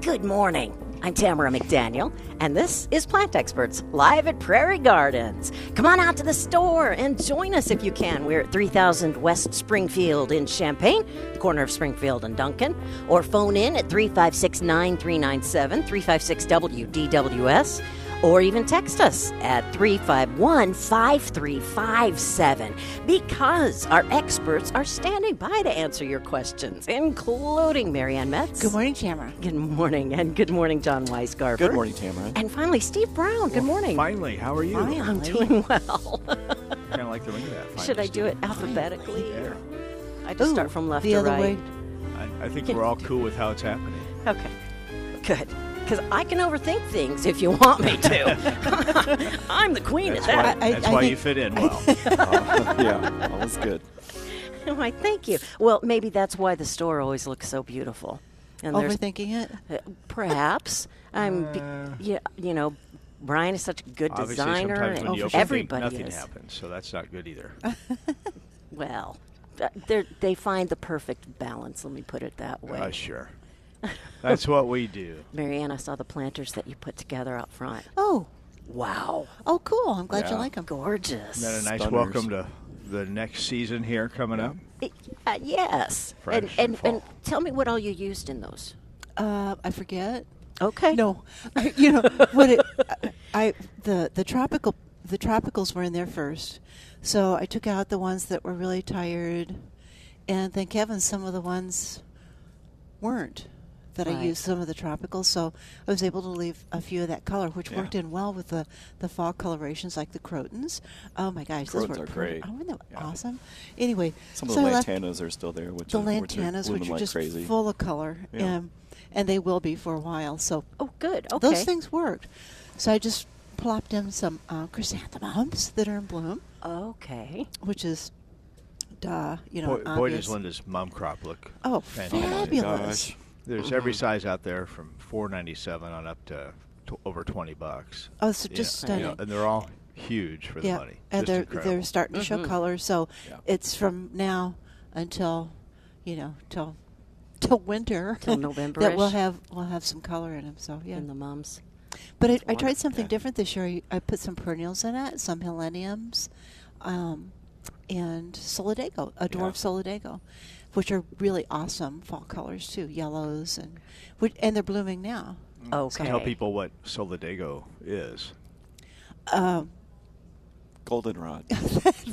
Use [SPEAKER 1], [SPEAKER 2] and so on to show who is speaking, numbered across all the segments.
[SPEAKER 1] Good morning. I'm Tamara McDaniel, and this is Plant Experts live at Prairie Gardens. Come on out to the store and join us if you can. We're at 3000 West Springfield in Champaign, the corner of Springfield and Duncan, or phone in at 356 9397 356 WDWS. Or even text us at 351 5357 because our experts are standing by to answer your questions, including Marianne Metz.
[SPEAKER 2] Good morning, Tamara.
[SPEAKER 1] Good morning, and good morning, John Weisgarber.
[SPEAKER 3] Good morning, Tamara.
[SPEAKER 1] And finally, Steve Brown. Good morning.
[SPEAKER 4] Finally, how are you?
[SPEAKER 1] Hi, I'm doing well.
[SPEAKER 4] kind of like the ring of that. finally,
[SPEAKER 1] Should I do
[SPEAKER 4] Steve.
[SPEAKER 1] it alphabetically?
[SPEAKER 4] There.
[SPEAKER 1] I just
[SPEAKER 2] Ooh,
[SPEAKER 1] start from left
[SPEAKER 2] the
[SPEAKER 1] to
[SPEAKER 2] other
[SPEAKER 1] right.
[SPEAKER 2] way.
[SPEAKER 4] I, I think we're all cool with how it's happening.
[SPEAKER 1] Okay. Good. Because I can overthink things if you want me to. I'm the queen
[SPEAKER 4] That's
[SPEAKER 1] of
[SPEAKER 4] why,
[SPEAKER 1] that.
[SPEAKER 2] I-
[SPEAKER 4] that's
[SPEAKER 2] I
[SPEAKER 4] why
[SPEAKER 2] think-
[SPEAKER 4] you fit in well.
[SPEAKER 3] Uh, yeah, all is good.
[SPEAKER 1] Why, thank you. Well, maybe that's why the store always looks so beautiful. And there's
[SPEAKER 2] Overthinking it.
[SPEAKER 1] Uh, perhaps I'm, be-
[SPEAKER 4] Uh,
[SPEAKER 1] yeah, you know, Brian is such a good
[SPEAKER 4] Obviously,
[SPEAKER 1] designer,
[SPEAKER 4] sometimes
[SPEAKER 1] and
[SPEAKER 4] when you
[SPEAKER 2] Oh, for
[SPEAKER 4] overthink,
[SPEAKER 2] sure.
[SPEAKER 1] everybody
[SPEAKER 4] nothing
[SPEAKER 1] is.
[SPEAKER 4] happens, so that's not good either.
[SPEAKER 1] Well, th- they're- they find the perfect balance. Let me put it that way.
[SPEAKER 4] Uh, sure. That's what we do.
[SPEAKER 1] Marianne, I saw the planters that you put together out front.
[SPEAKER 2] Oh,
[SPEAKER 1] Wow,
[SPEAKER 2] oh, cool. I'm glad you
[SPEAKER 3] Yeah.
[SPEAKER 2] like them.
[SPEAKER 1] gorgeous.
[SPEAKER 4] Isn't that a nice
[SPEAKER 3] Stunners.
[SPEAKER 4] welcome to the next season here coming up?
[SPEAKER 1] Uh, yes, and
[SPEAKER 4] Fresh
[SPEAKER 1] and,
[SPEAKER 4] and
[SPEAKER 1] and
[SPEAKER 4] fall.
[SPEAKER 1] tell me what all you used in those.
[SPEAKER 2] Uh, I forget.
[SPEAKER 1] Okay.
[SPEAKER 2] No, I- you know what? It, I, I the the tropical the tropicals were in there first, so I took out the ones that were really tired, and thank heavens some of the ones weren't that I
[SPEAKER 1] Right.
[SPEAKER 2] used some of the tropicals. So I was able to leave a few of that color, which
[SPEAKER 4] Yeah.
[SPEAKER 2] worked in well with the the fall colorations like the crotons. Oh my gosh, those
[SPEAKER 3] Crotons
[SPEAKER 2] were
[SPEAKER 3] are great.
[SPEAKER 2] Oh, not that
[SPEAKER 3] Yeah.
[SPEAKER 2] awesome? Anyway,
[SPEAKER 3] Some of
[SPEAKER 2] so
[SPEAKER 3] the
[SPEAKER 2] I left-
[SPEAKER 3] lantanas are still there, which
[SPEAKER 2] the
[SPEAKER 3] are, which are
[SPEAKER 2] lantanas, which
[SPEAKER 3] blooming
[SPEAKER 2] are
[SPEAKER 3] like
[SPEAKER 2] just
[SPEAKER 3] crazy.
[SPEAKER 2] full of color,
[SPEAKER 3] Yeah.
[SPEAKER 2] um, and they will be for a while. So
[SPEAKER 1] Oh, good. Okay.
[SPEAKER 2] those things worked. So I just plopped in some uh, chrysanthemums that are in bloom,
[SPEAKER 1] Okay.
[SPEAKER 2] which is, duh, you know,
[SPEAKER 4] Boy, boy does
[SPEAKER 2] obvious.
[SPEAKER 4] Linda's mom crop look.
[SPEAKER 2] Oh,
[SPEAKER 4] fantastic.
[SPEAKER 2] fabulous!
[SPEAKER 3] gosh.
[SPEAKER 4] There's every size out there from 4.97 on up to t- over 20 bucks.
[SPEAKER 2] Oh, so just stunning.
[SPEAKER 4] and they're all huge for the
[SPEAKER 2] yeah,
[SPEAKER 4] money.
[SPEAKER 2] and
[SPEAKER 4] Just
[SPEAKER 2] they're
[SPEAKER 4] incredible.
[SPEAKER 2] they're starting to show
[SPEAKER 1] Mm-hmm.
[SPEAKER 2] color. So
[SPEAKER 3] Yeah.
[SPEAKER 2] it's from now until, you know, till till winter
[SPEAKER 1] Till
[SPEAKER 2] that we'll
[SPEAKER 1] November-ish.
[SPEAKER 2] have we'll have some color in them. So yeah,
[SPEAKER 1] And the mums.
[SPEAKER 2] But I, I
[SPEAKER 3] wonderful.
[SPEAKER 2] tried something
[SPEAKER 3] Yeah.
[SPEAKER 2] different this year. I, I put some perennials in it, some heleniums, um, and solidago, a dwarf solidago, which are really awesome fall colors too, yellows and which, and they're blooming now.
[SPEAKER 3] Oh,
[SPEAKER 1] Okay.
[SPEAKER 4] Tell people what Solidago is.
[SPEAKER 2] Um,
[SPEAKER 3] Goldenrod.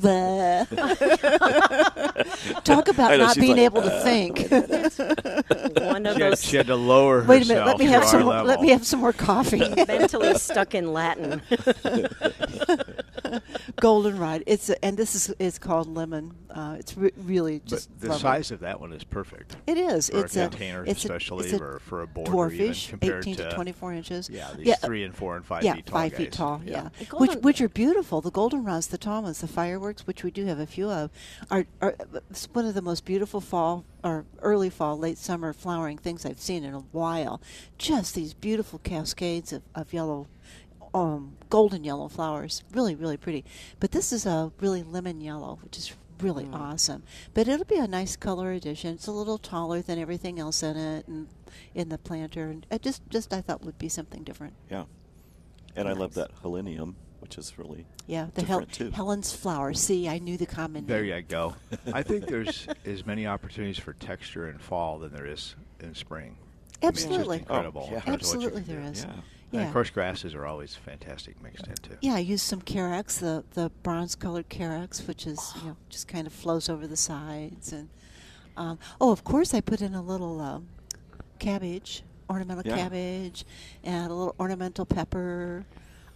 [SPEAKER 2] bleh. Talk about
[SPEAKER 3] I know,
[SPEAKER 2] not
[SPEAKER 3] she's
[SPEAKER 2] being
[SPEAKER 3] like,
[SPEAKER 2] able to
[SPEAKER 3] uh.
[SPEAKER 2] think.
[SPEAKER 1] One of
[SPEAKER 4] She had,
[SPEAKER 1] those
[SPEAKER 4] she had to lower
[SPEAKER 2] Wait a minute.
[SPEAKER 4] herself
[SPEAKER 2] Let me
[SPEAKER 4] to
[SPEAKER 2] have
[SPEAKER 4] our
[SPEAKER 2] some.
[SPEAKER 4] level.
[SPEAKER 2] Let me have some more coffee.
[SPEAKER 1] mentally stuck in Latin.
[SPEAKER 2] Goldenrod. It's and this is is called lemon. Uh, it's re- really
[SPEAKER 4] But
[SPEAKER 2] just
[SPEAKER 4] the
[SPEAKER 2] lovely.
[SPEAKER 4] size of that one is perfect.
[SPEAKER 2] It is.
[SPEAKER 4] For
[SPEAKER 2] it's
[SPEAKER 4] a
[SPEAKER 2] a
[SPEAKER 4] container,
[SPEAKER 2] it's a-
[SPEAKER 4] especially,
[SPEAKER 2] it's a
[SPEAKER 4] or for a border,
[SPEAKER 2] dwarfish,
[SPEAKER 4] even compared
[SPEAKER 2] eighteen to,
[SPEAKER 4] to-
[SPEAKER 2] twenty-four inches.
[SPEAKER 4] Yeah, these
[SPEAKER 2] uh,
[SPEAKER 4] three and four and five
[SPEAKER 2] yeah,
[SPEAKER 4] feet tall.
[SPEAKER 2] five feet
[SPEAKER 4] guys.
[SPEAKER 2] tall.
[SPEAKER 3] Yeah.
[SPEAKER 2] Yeah,
[SPEAKER 1] The
[SPEAKER 2] which
[SPEAKER 1] golden-
[SPEAKER 2] which are beautiful. The goldenrods, the tall ones, the fireworks, which we do have a few of, are are uh, s- one of the most beautiful fall or early fall, late summer flowering things I've seen in a while. Just these beautiful cascades of, of yellow. Um, golden yellow flowers, really, really pretty. But this is a really lemon yellow, which is really
[SPEAKER 4] Hmm.
[SPEAKER 2] awesome. But it'll be a nice color addition. It's a little taller than everything else in it, and in the planter, and it just, just I thought would be something different.
[SPEAKER 3] Yeah. And I love that helenium, which is really
[SPEAKER 2] Yeah, the Hel-
[SPEAKER 3] different too.
[SPEAKER 2] Helen's flower. See, I knew the common.
[SPEAKER 4] There
[SPEAKER 2] name.
[SPEAKER 4] you go. I think there's as many opportunities for texture in fall than there is in spring.
[SPEAKER 2] Absolutely.
[SPEAKER 4] I mean, it's just incredible.
[SPEAKER 3] Oh, yeah.
[SPEAKER 4] in terms of what you
[SPEAKER 2] Absolutely,
[SPEAKER 4] can
[SPEAKER 2] there
[SPEAKER 4] do.
[SPEAKER 2] is.
[SPEAKER 3] Yeah.
[SPEAKER 4] And
[SPEAKER 2] Yeah.
[SPEAKER 4] of course, grasses are always fantastic mixed in too.
[SPEAKER 2] Yeah, I used some carex, the the bronze colored carex, which is you know just kind of flows over the sides, and um, oh, of course, I put in a little um, cabbage, ornamental
[SPEAKER 3] Yeah.
[SPEAKER 2] cabbage, and a little ornamental pepper.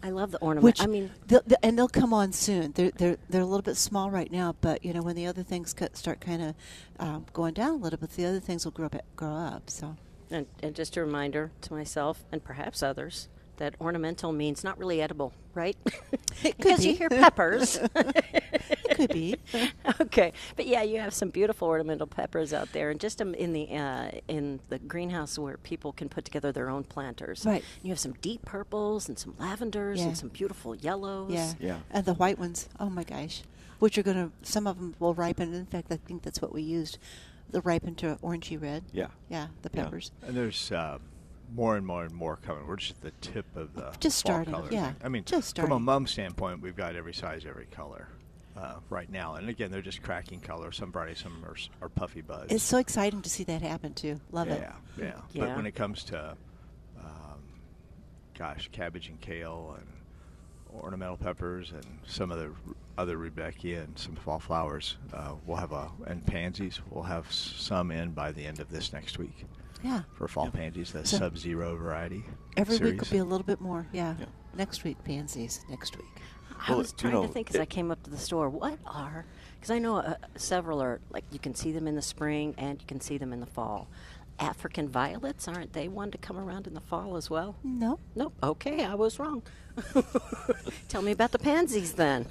[SPEAKER 1] I love the ornament.
[SPEAKER 2] Which
[SPEAKER 1] I mean,
[SPEAKER 2] they'll, they'll- and they'll come on soon. They're they're they're a little bit small right now, but you know when the other things cut, start kind of um, going down a little bit, the other things will grow up, grow up. So
[SPEAKER 1] And, and just a reminder to myself and perhaps others that ornamental means not really edible, right?
[SPEAKER 2] It could
[SPEAKER 1] because you
[SPEAKER 2] be.
[SPEAKER 1] hear peppers.
[SPEAKER 2] it could be.
[SPEAKER 1] okay, but yeah, you have some beautiful ornamental peppers out there, and just um, in the uh, in the greenhouse where people can put together their own planters.
[SPEAKER 2] Right.
[SPEAKER 1] You have some deep purples and some lavenders
[SPEAKER 2] Yeah.
[SPEAKER 1] and some beautiful yellows.
[SPEAKER 2] Yeah.
[SPEAKER 3] Yeah.
[SPEAKER 2] And the white ones, oh my gosh, which are going to, some of them will ripen. In fact, I think that's what we used. The ripen to orangey red.
[SPEAKER 3] Yeah.
[SPEAKER 2] Yeah, the
[SPEAKER 3] Yeah.
[SPEAKER 2] peppers.
[SPEAKER 4] And there's uh, more and more and more coming. We're just at the tip of the
[SPEAKER 2] Just
[SPEAKER 4] fall
[SPEAKER 2] starting,
[SPEAKER 4] color
[SPEAKER 2] yeah.
[SPEAKER 4] thing. I mean,
[SPEAKER 2] Just
[SPEAKER 4] from a
[SPEAKER 2] starting.
[SPEAKER 4] mum standpoint, we've got every size, every color uh, right now. And again, they're just cracking color. Some varieties, some are, s- are puffy buds.
[SPEAKER 2] It's so exciting to see that happen too. Love
[SPEAKER 4] yeah,
[SPEAKER 2] it.
[SPEAKER 4] Yeah,
[SPEAKER 1] Yeah.
[SPEAKER 4] But when it comes to, um, gosh, cabbage and kale and ornamental peppers and some of the r- other Rebecca and some fall flowers, uh, we'll have a and pansies. We'll have s- some in by the end of this next week
[SPEAKER 2] Yeah.
[SPEAKER 4] for fall pansies, the
[SPEAKER 2] So-
[SPEAKER 4] sub-zero variety.
[SPEAKER 2] Every week will
[SPEAKER 4] series.
[SPEAKER 2] be a little bit more. Yeah.
[SPEAKER 3] Yeah.
[SPEAKER 2] Next week, pansies. Next week.
[SPEAKER 1] I
[SPEAKER 3] Well,
[SPEAKER 1] was
[SPEAKER 3] you
[SPEAKER 1] trying
[SPEAKER 3] know,
[SPEAKER 1] to think as I
[SPEAKER 3] it-
[SPEAKER 1] came up to the store, what are, because I know uh, several are, like, you can see them in the spring and you can see them in the fall. African violets, aren't they one to come around in the fall as well?
[SPEAKER 2] No.
[SPEAKER 1] Nope. Okay, I was wrong. Tell me about the pansies then.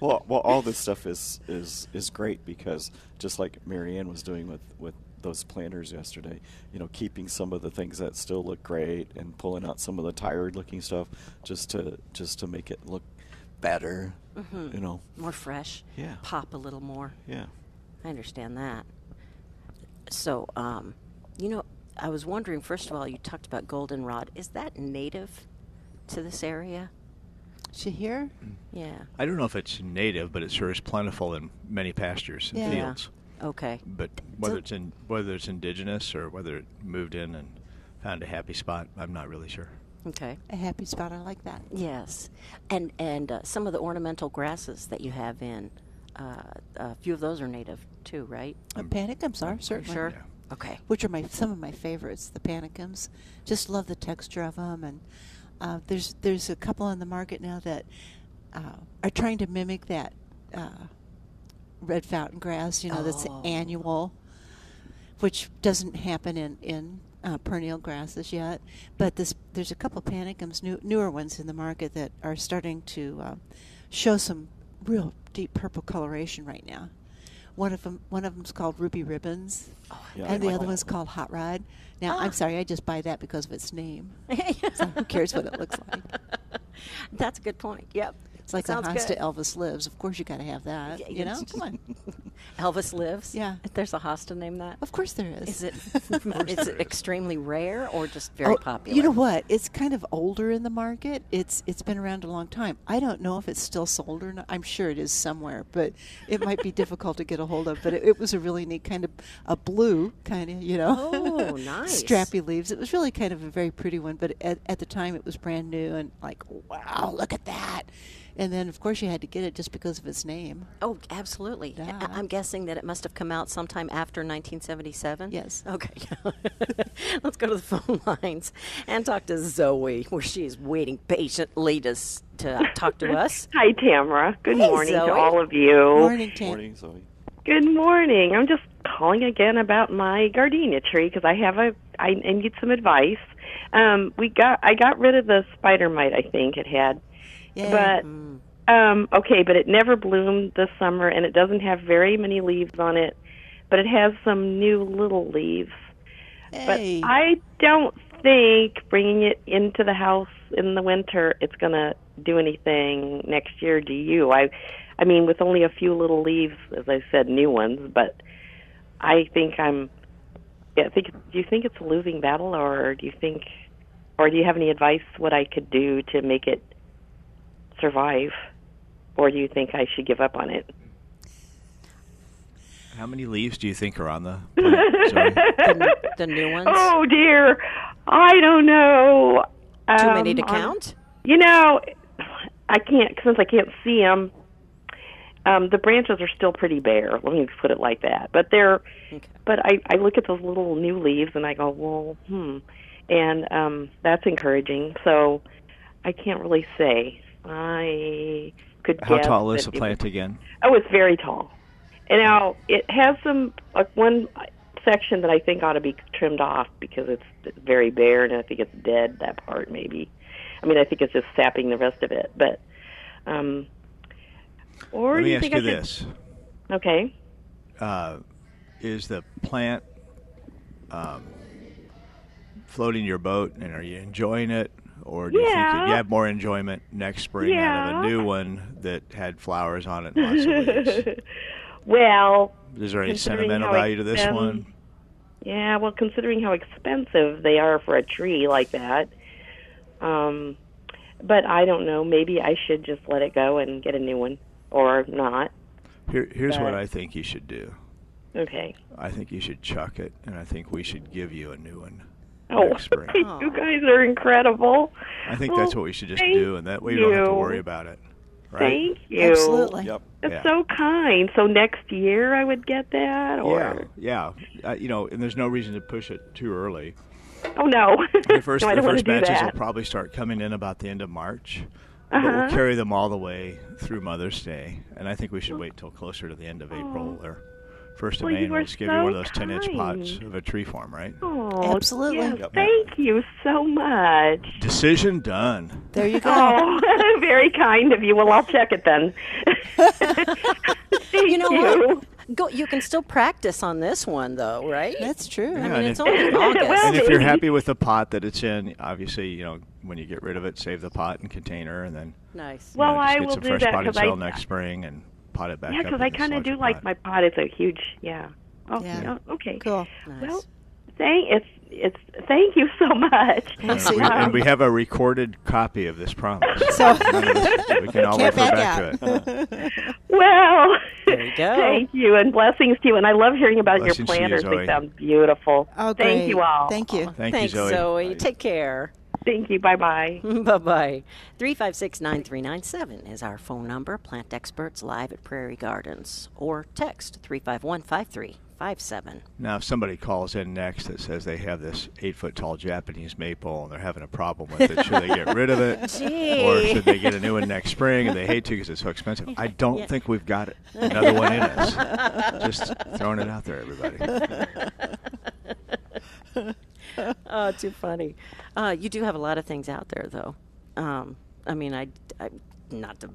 [SPEAKER 3] Well, well, all this stuff is is is great because just like Marianne was doing with with those planters yesterday, you know, keeping some of the things that still look great and pulling out some of the tired looking stuff just to just to make it look better.
[SPEAKER 2] Mm-hmm.
[SPEAKER 3] You know,
[SPEAKER 1] more fresh.
[SPEAKER 3] Yeah.
[SPEAKER 1] Pop a little more.
[SPEAKER 3] yeah.
[SPEAKER 1] I understand that. So, um, you know, I was wondering. First of all, you talked about goldenrod. Is that native to this area?
[SPEAKER 2] Shahir?
[SPEAKER 4] Mm.
[SPEAKER 1] Yeah.
[SPEAKER 4] I don't know if it's native, but it sure is plentiful in many pastures and
[SPEAKER 2] Yeah.
[SPEAKER 4] fields.
[SPEAKER 1] Okay.
[SPEAKER 4] But whether
[SPEAKER 1] So-
[SPEAKER 4] it's in whether it's indigenous or whether it moved in and found a happy spot, I'm not really sure.
[SPEAKER 1] Okay.
[SPEAKER 2] A happy spot. I like that.
[SPEAKER 1] Yes, and and uh, some of the ornamental grasses that you have in, uh, a few of those are native too, right?
[SPEAKER 2] Uh, panicums are certainly.
[SPEAKER 1] Sure.
[SPEAKER 4] Yeah.
[SPEAKER 1] Okay.
[SPEAKER 2] which are my some of my favorites. The panicums, just love the texture of them, and uh, there's there's a couple on the market now that uh, are trying to mimic that uh, red fountain grass. You know, that's
[SPEAKER 1] Oh.
[SPEAKER 2] annual, which doesn't happen in in uh, perennial grasses yet. But this there's a couple panicums, new, newer ones in the market that are starting to uh, show some real deep purple coloration right now. One of them, one of them's called Ruby Ribbons,
[SPEAKER 1] Oh,
[SPEAKER 3] Yeah, I
[SPEAKER 2] and the
[SPEAKER 3] like
[SPEAKER 2] other
[SPEAKER 3] that
[SPEAKER 2] one's
[SPEAKER 3] one.
[SPEAKER 2] called Hot Rod. Now,
[SPEAKER 1] Ah.
[SPEAKER 2] I'm sorry, I just buy that because of its name. So who cares what it looks like?
[SPEAKER 1] That's a good point. Yep.
[SPEAKER 2] It's like the
[SPEAKER 1] Sounds
[SPEAKER 2] Hosta
[SPEAKER 1] good.
[SPEAKER 2] Elvis Lives. Of course, you got to have that.
[SPEAKER 1] Yeah,
[SPEAKER 2] you know,
[SPEAKER 1] it's-
[SPEAKER 2] Oh, come on.
[SPEAKER 1] Elvis lives.
[SPEAKER 2] Yeah.
[SPEAKER 1] There's a hosta named that.
[SPEAKER 2] Of course, there is.
[SPEAKER 1] Is it
[SPEAKER 4] course
[SPEAKER 1] is
[SPEAKER 4] there
[SPEAKER 1] it
[SPEAKER 4] is.
[SPEAKER 1] extremely rare or just very
[SPEAKER 2] Oh,
[SPEAKER 1] popular?
[SPEAKER 2] You know what? It's kind of older in the market. It's it's been around a long time. I don't know if it's still sold or not. I'm sure it is somewhere, but it might be difficult to get a hold of. But it, it was a really neat kind of a blue kind of you know,
[SPEAKER 1] Oh, nice.
[SPEAKER 2] strappy leaves. It was really kind of a very pretty one. But at, at the time, it was brand new and like wow, look at that. And then of course you had to get it just because of its name.
[SPEAKER 1] Oh, absolutely. I-
[SPEAKER 2] Yeah.
[SPEAKER 1] I'm guessing that it must have come out sometime after 1977.
[SPEAKER 2] Yes.
[SPEAKER 1] Okay. Let's go to the phone lines and talk to Zoe, where she is waiting patiently to s- to talk to us.
[SPEAKER 5] Hi, Tamara. Good
[SPEAKER 1] Hey,
[SPEAKER 5] morning
[SPEAKER 1] Zoe.
[SPEAKER 5] to all of
[SPEAKER 4] Oh,
[SPEAKER 5] you.
[SPEAKER 2] Morning, Tam.
[SPEAKER 3] Morning, Zoe.
[SPEAKER 5] Good morning. I'm just calling again about my gardenia tree because I have a I, I need some advice. Um, we got I got rid of the spider mite I think it had,
[SPEAKER 2] Yeah.
[SPEAKER 1] Mm-hmm.
[SPEAKER 5] but um, okay, but it never bloomed this summer and it doesn't have very many leaves on it, but it has some new little leaves.
[SPEAKER 2] hey.
[SPEAKER 5] But I don't think bringing it into the house in the winter it's going to do anything next year. Do you? I, I mean, with only a few little leaves, as I said, new ones. But I think I'm. Yeah, I think. Do you think it's a losing battle, or do you think, or do you have any advice what I could do to make it survive, or do you think I should give up on it?
[SPEAKER 4] How many leaves do you think are on the plant? Sorry.
[SPEAKER 1] The, the new ones.
[SPEAKER 5] Oh dear, I don't know.
[SPEAKER 1] Too many to
[SPEAKER 5] Um, I'm-
[SPEAKER 1] count?
[SPEAKER 5] You know, I can't since I can't see them. Um, the branches are still pretty bare. Let me put it like that. But they're,
[SPEAKER 1] Okay.
[SPEAKER 5] but I I look at those little new leaves and I go, well, hmm, and um, that's encouraging. So I can't really say. I could.
[SPEAKER 4] How
[SPEAKER 5] guess
[SPEAKER 4] tall is
[SPEAKER 5] that
[SPEAKER 4] the
[SPEAKER 5] it-
[SPEAKER 4] plant again?
[SPEAKER 5] Oh, it's very tall. And now it has some like one section that I think ought to be trimmed off because it's very bare, and I think it's dead that part maybe. I mean, I think it's just sapping the rest of it. But, um, or
[SPEAKER 4] Let
[SPEAKER 5] you
[SPEAKER 4] me ask
[SPEAKER 5] think
[SPEAKER 4] you
[SPEAKER 5] I should-
[SPEAKER 4] this:
[SPEAKER 5] Okay.
[SPEAKER 4] uh, Is the plant um, floating your boat, and are you enjoying it, or do you think that you
[SPEAKER 5] Yeah.
[SPEAKER 4] have more enjoyment next spring out of a
[SPEAKER 5] Yeah.
[SPEAKER 4] new one that had flowers on it and lots of leaves?
[SPEAKER 5] Well,
[SPEAKER 4] Is there any
[SPEAKER 5] Considering
[SPEAKER 4] sentimental
[SPEAKER 5] how
[SPEAKER 4] value to this
[SPEAKER 5] expensive-
[SPEAKER 4] one?
[SPEAKER 5] Yeah, well, considering how expensive they are for a tree like that, um, but I don't know. Maybe I should just let it go and get a new one, or not.
[SPEAKER 4] Here, here's what
[SPEAKER 5] But-
[SPEAKER 4] I think you should do.
[SPEAKER 5] Okay.
[SPEAKER 4] I think you should chuck it, and I think we should give you a new one
[SPEAKER 5] Oh,
[SPEAKER 4] next spring.
[SPEAKER 5] you guys are incredible.
[SPEAKER 4] I think
[SPEAKER 5] Well,
[SPEAKER 4] that's what we should just
[SPEAKER 5] thank
[SPEAKER 4] do, and that way you don't have to
[SPEAKER 5] you.
[SPEAKER 4] worry about it. Right?
[SPEAKER 5] Thank you.
[SPEAKER 2] Absolutely.
[SPEAKER 3] Yep.
[SPEAKER 5] That's
[SPEAKER 4] Yeah.
[SPEAKER 5] so kind. So next year I would get that, or
[SPEAKER 4] Yeah, yeah. Uh, you know, and there's no reason to push it too early.
[SPEAKER 5] oh no,
[SPEAKER 4] The first,
[SPEAKER 5] no, I
[SPEAKER 4] the
[SPEAKER 5] don't want
[SPEAKER 4] first
[SPEAKER 5] to do
[SPEAKER 4] batches will
[SPEAKER 5] that. Uh-huh.
[SPEAKER 4] probably start coming in about the end of March, but we'll carry them all the way through Mother's Day, and I think we should wait till closer to the end of April or first of
[SPEAKER 5] Well,
[SPEAKER 4] May,
[SPEAKER 5] you
[SPEAKER 4] and
[SPEAKER 5] are
[SPEAKER 4] we'll just give you one of
[SPEAKER 5] so
[SPEAKER 4] those ten-inch pots
[SPEAKER 5] kind.
[SPEAKER 4] of a tree form, right?
[SPEAKER 5] Oh,
[SPEAKER 2] Absolutely.
[SPEAKER 5] yes,
[SPEAKER 3] Yep.
[SPEAKER 5] Thank you so much.
[SPEAKER 4] Decision done.
[SPEAKER 2] There you go.
[SPEAKER 5] Oh, very kind of you. Well, I'll check it then.
[SPEAKER 1] You know
[SPEAKER 5] you.
[SPEAKER 1] what? Go, you can still practice on this one, though, right?
[SPEAKER 2] That's true.
[SPEAKER 1] I
[SPEAKER 4] Yeah,
[SPEAKER 1] mean,
[SPEAKER 4] and
[SPEAKER 1] it's
[SPEAKER 4] if-
[SPEAKER 1] only August.
[SPEAKER 5] Well,
[SPEAKER 4] And if you're
[SPEAKER 5] maybe.
[SPEAKER 4] happy with the pot that it's in, obviously, you know, when you get rid of it, save the pot and container, and then
[SPEAKER 1] nice.
[SPEAKER 4] you know,
[SPEAKER 5] Well,
[SPEAKER 4] just
[SPEAKER 5] I
[SPEAKER 4] get
[SPEAKER 5] will
[SPEAKER 4] some
[SPEAKER 5] do
[SPEAKER 4] fresh
[SPEAKER 5] that
[SPEAKER 4] potting
[SPEAKER 5] 'cause I-
[SPEAKER 4] soil next spring and pot it back
[SPEAKER 5] Yeah,
[SPEAKER 4] up.
[SPEAKER 5] because
[SPEAKER 4] in
[SPEAKER 5] I
[SPEAKER 4] the
[SPEAKER 5] kind of
[SPEAKER 4] larger
[SPEAKER 5] do like
[SPEAKER 4] pot.
[SPEAKER 5] my pot is a huge. Yeah. Oh,
[SPEAKER 2] Yeah.
[SPEAKER 5] oh, okay.
[SPEAKER 2] Cool.
[SPEAKER 5] Well,
[SPEAKER 1] Nice.
[SPEAKER 5] thank it's it's thank you so much.
[SPEAKER 4] And we, and we have a recorded copy of this promise.
[SPEAKER 2] So-
[SPEAKER 4] None of this- we can all
[SPEAKER 2] Can't
[SPEAKER 4] refer
[SPEAKER 2] back
[SPEAKER 4] back
[SPEAKER 2] out.
[SPEAKER 4] to it.
[SPEAKER 5] Well,
[SPEAKER 1] There you go.
[SPEAKER 5] thank you and blessings to you. And I love hearing about
[SPEAKER 4] Blessings to
[SPEAKER 5] your
[SPEAKER 4] you,
[SPEAKER 5] planters.
[SPEAKER 4] Zoe.
[SPEAKER 5] they sound beautiful.
[SPEAKER 2] Oh, great.
[SPEAKER 5] thank you all.
[SPEAKER 2] Thank you.
[SPEAKER 4] Thank
[SPEAKER 1] Thanks,
[SPEAKER 4] you, Zoe.
[SPEAKER 1] Take care.
[SPEAKER 5] Thank you. Bye bye.
[SPEAKER 1] bye bye. 356 9397 is our phone number. Plant Experts Live at Prairie Gardens. Or text 351 5357.
[SPEAKER 4] Now, if somebody calls in next that says they have this eight foot tall Japanese maple and they're having a problem with it, should they get rid of it? Or
[SPEAKER 1] Gee.
[SPEAKER 4] should they get a new one next spring and they hate to because it's so expensive? I don't think we've got it. another one in us. Just throwing it out there, everybody.
[SPEAKER 1] Oh, too funny. Uh, you do have a lot of things out there, though. Um, I mean, I, I, not to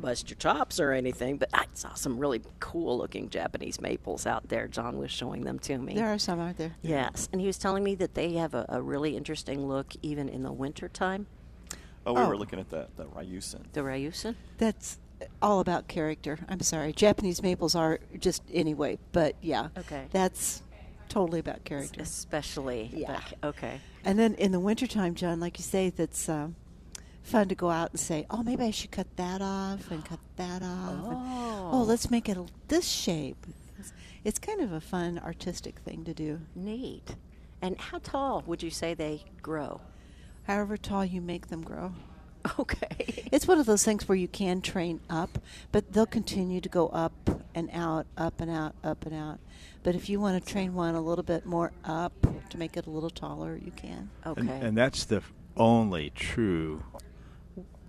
[SPEAKER 1] bust your chops or anything, but I saw some really cool looking Japanese maples out there. John was showing them to me.
[SPEAKER 2] There are some, aren't there?
[SPEAKER 1] Yes, and he was telling me that they have a, a really interesting look even in the wintertime.
[SPEAKER 3] Oh, we
[SPEAKER 2] Oh.
[SPEAKER 3] were looking at that the Ryusin.
[SPEAKER 1] The Ryusin.
[SPEAKER 2] That's all about character. I'm sorry. Japanese maples are just anyway, but yeah.
[SPEAKER 1] Okay.
[SPEAKER 2] That's totally about character.
[SPEAKER 1] Especially.
[SPEAKER 2] Yeah.
[SPEAKER 1] back- okay.
[SPEAKER 2] And then in the wintertime, John, like you say, that's um, fun to go out and say, oh, maybe I should cut that off and cut that off. and,
[SPEAKER 1] Oh.
[SPEAKER 2] oh let's make it l- this shape. It's, it's kind of a fun artistic thing to do.
[SPEAKER 1] Neat. And how tall would you say they grow?
[SPEAKER 2] However tall you make them grow.
[SPEAKER 1] Okay.
[SPEAKER 2] It's one of those things where you can train up, but they'll continue to go up and out, up and out, up and out. But if you want to train one a little bit more up to make it a little taller, you can.
[SPEAKER 1] Okay.
[SPEAKER 4] And, and that's the only true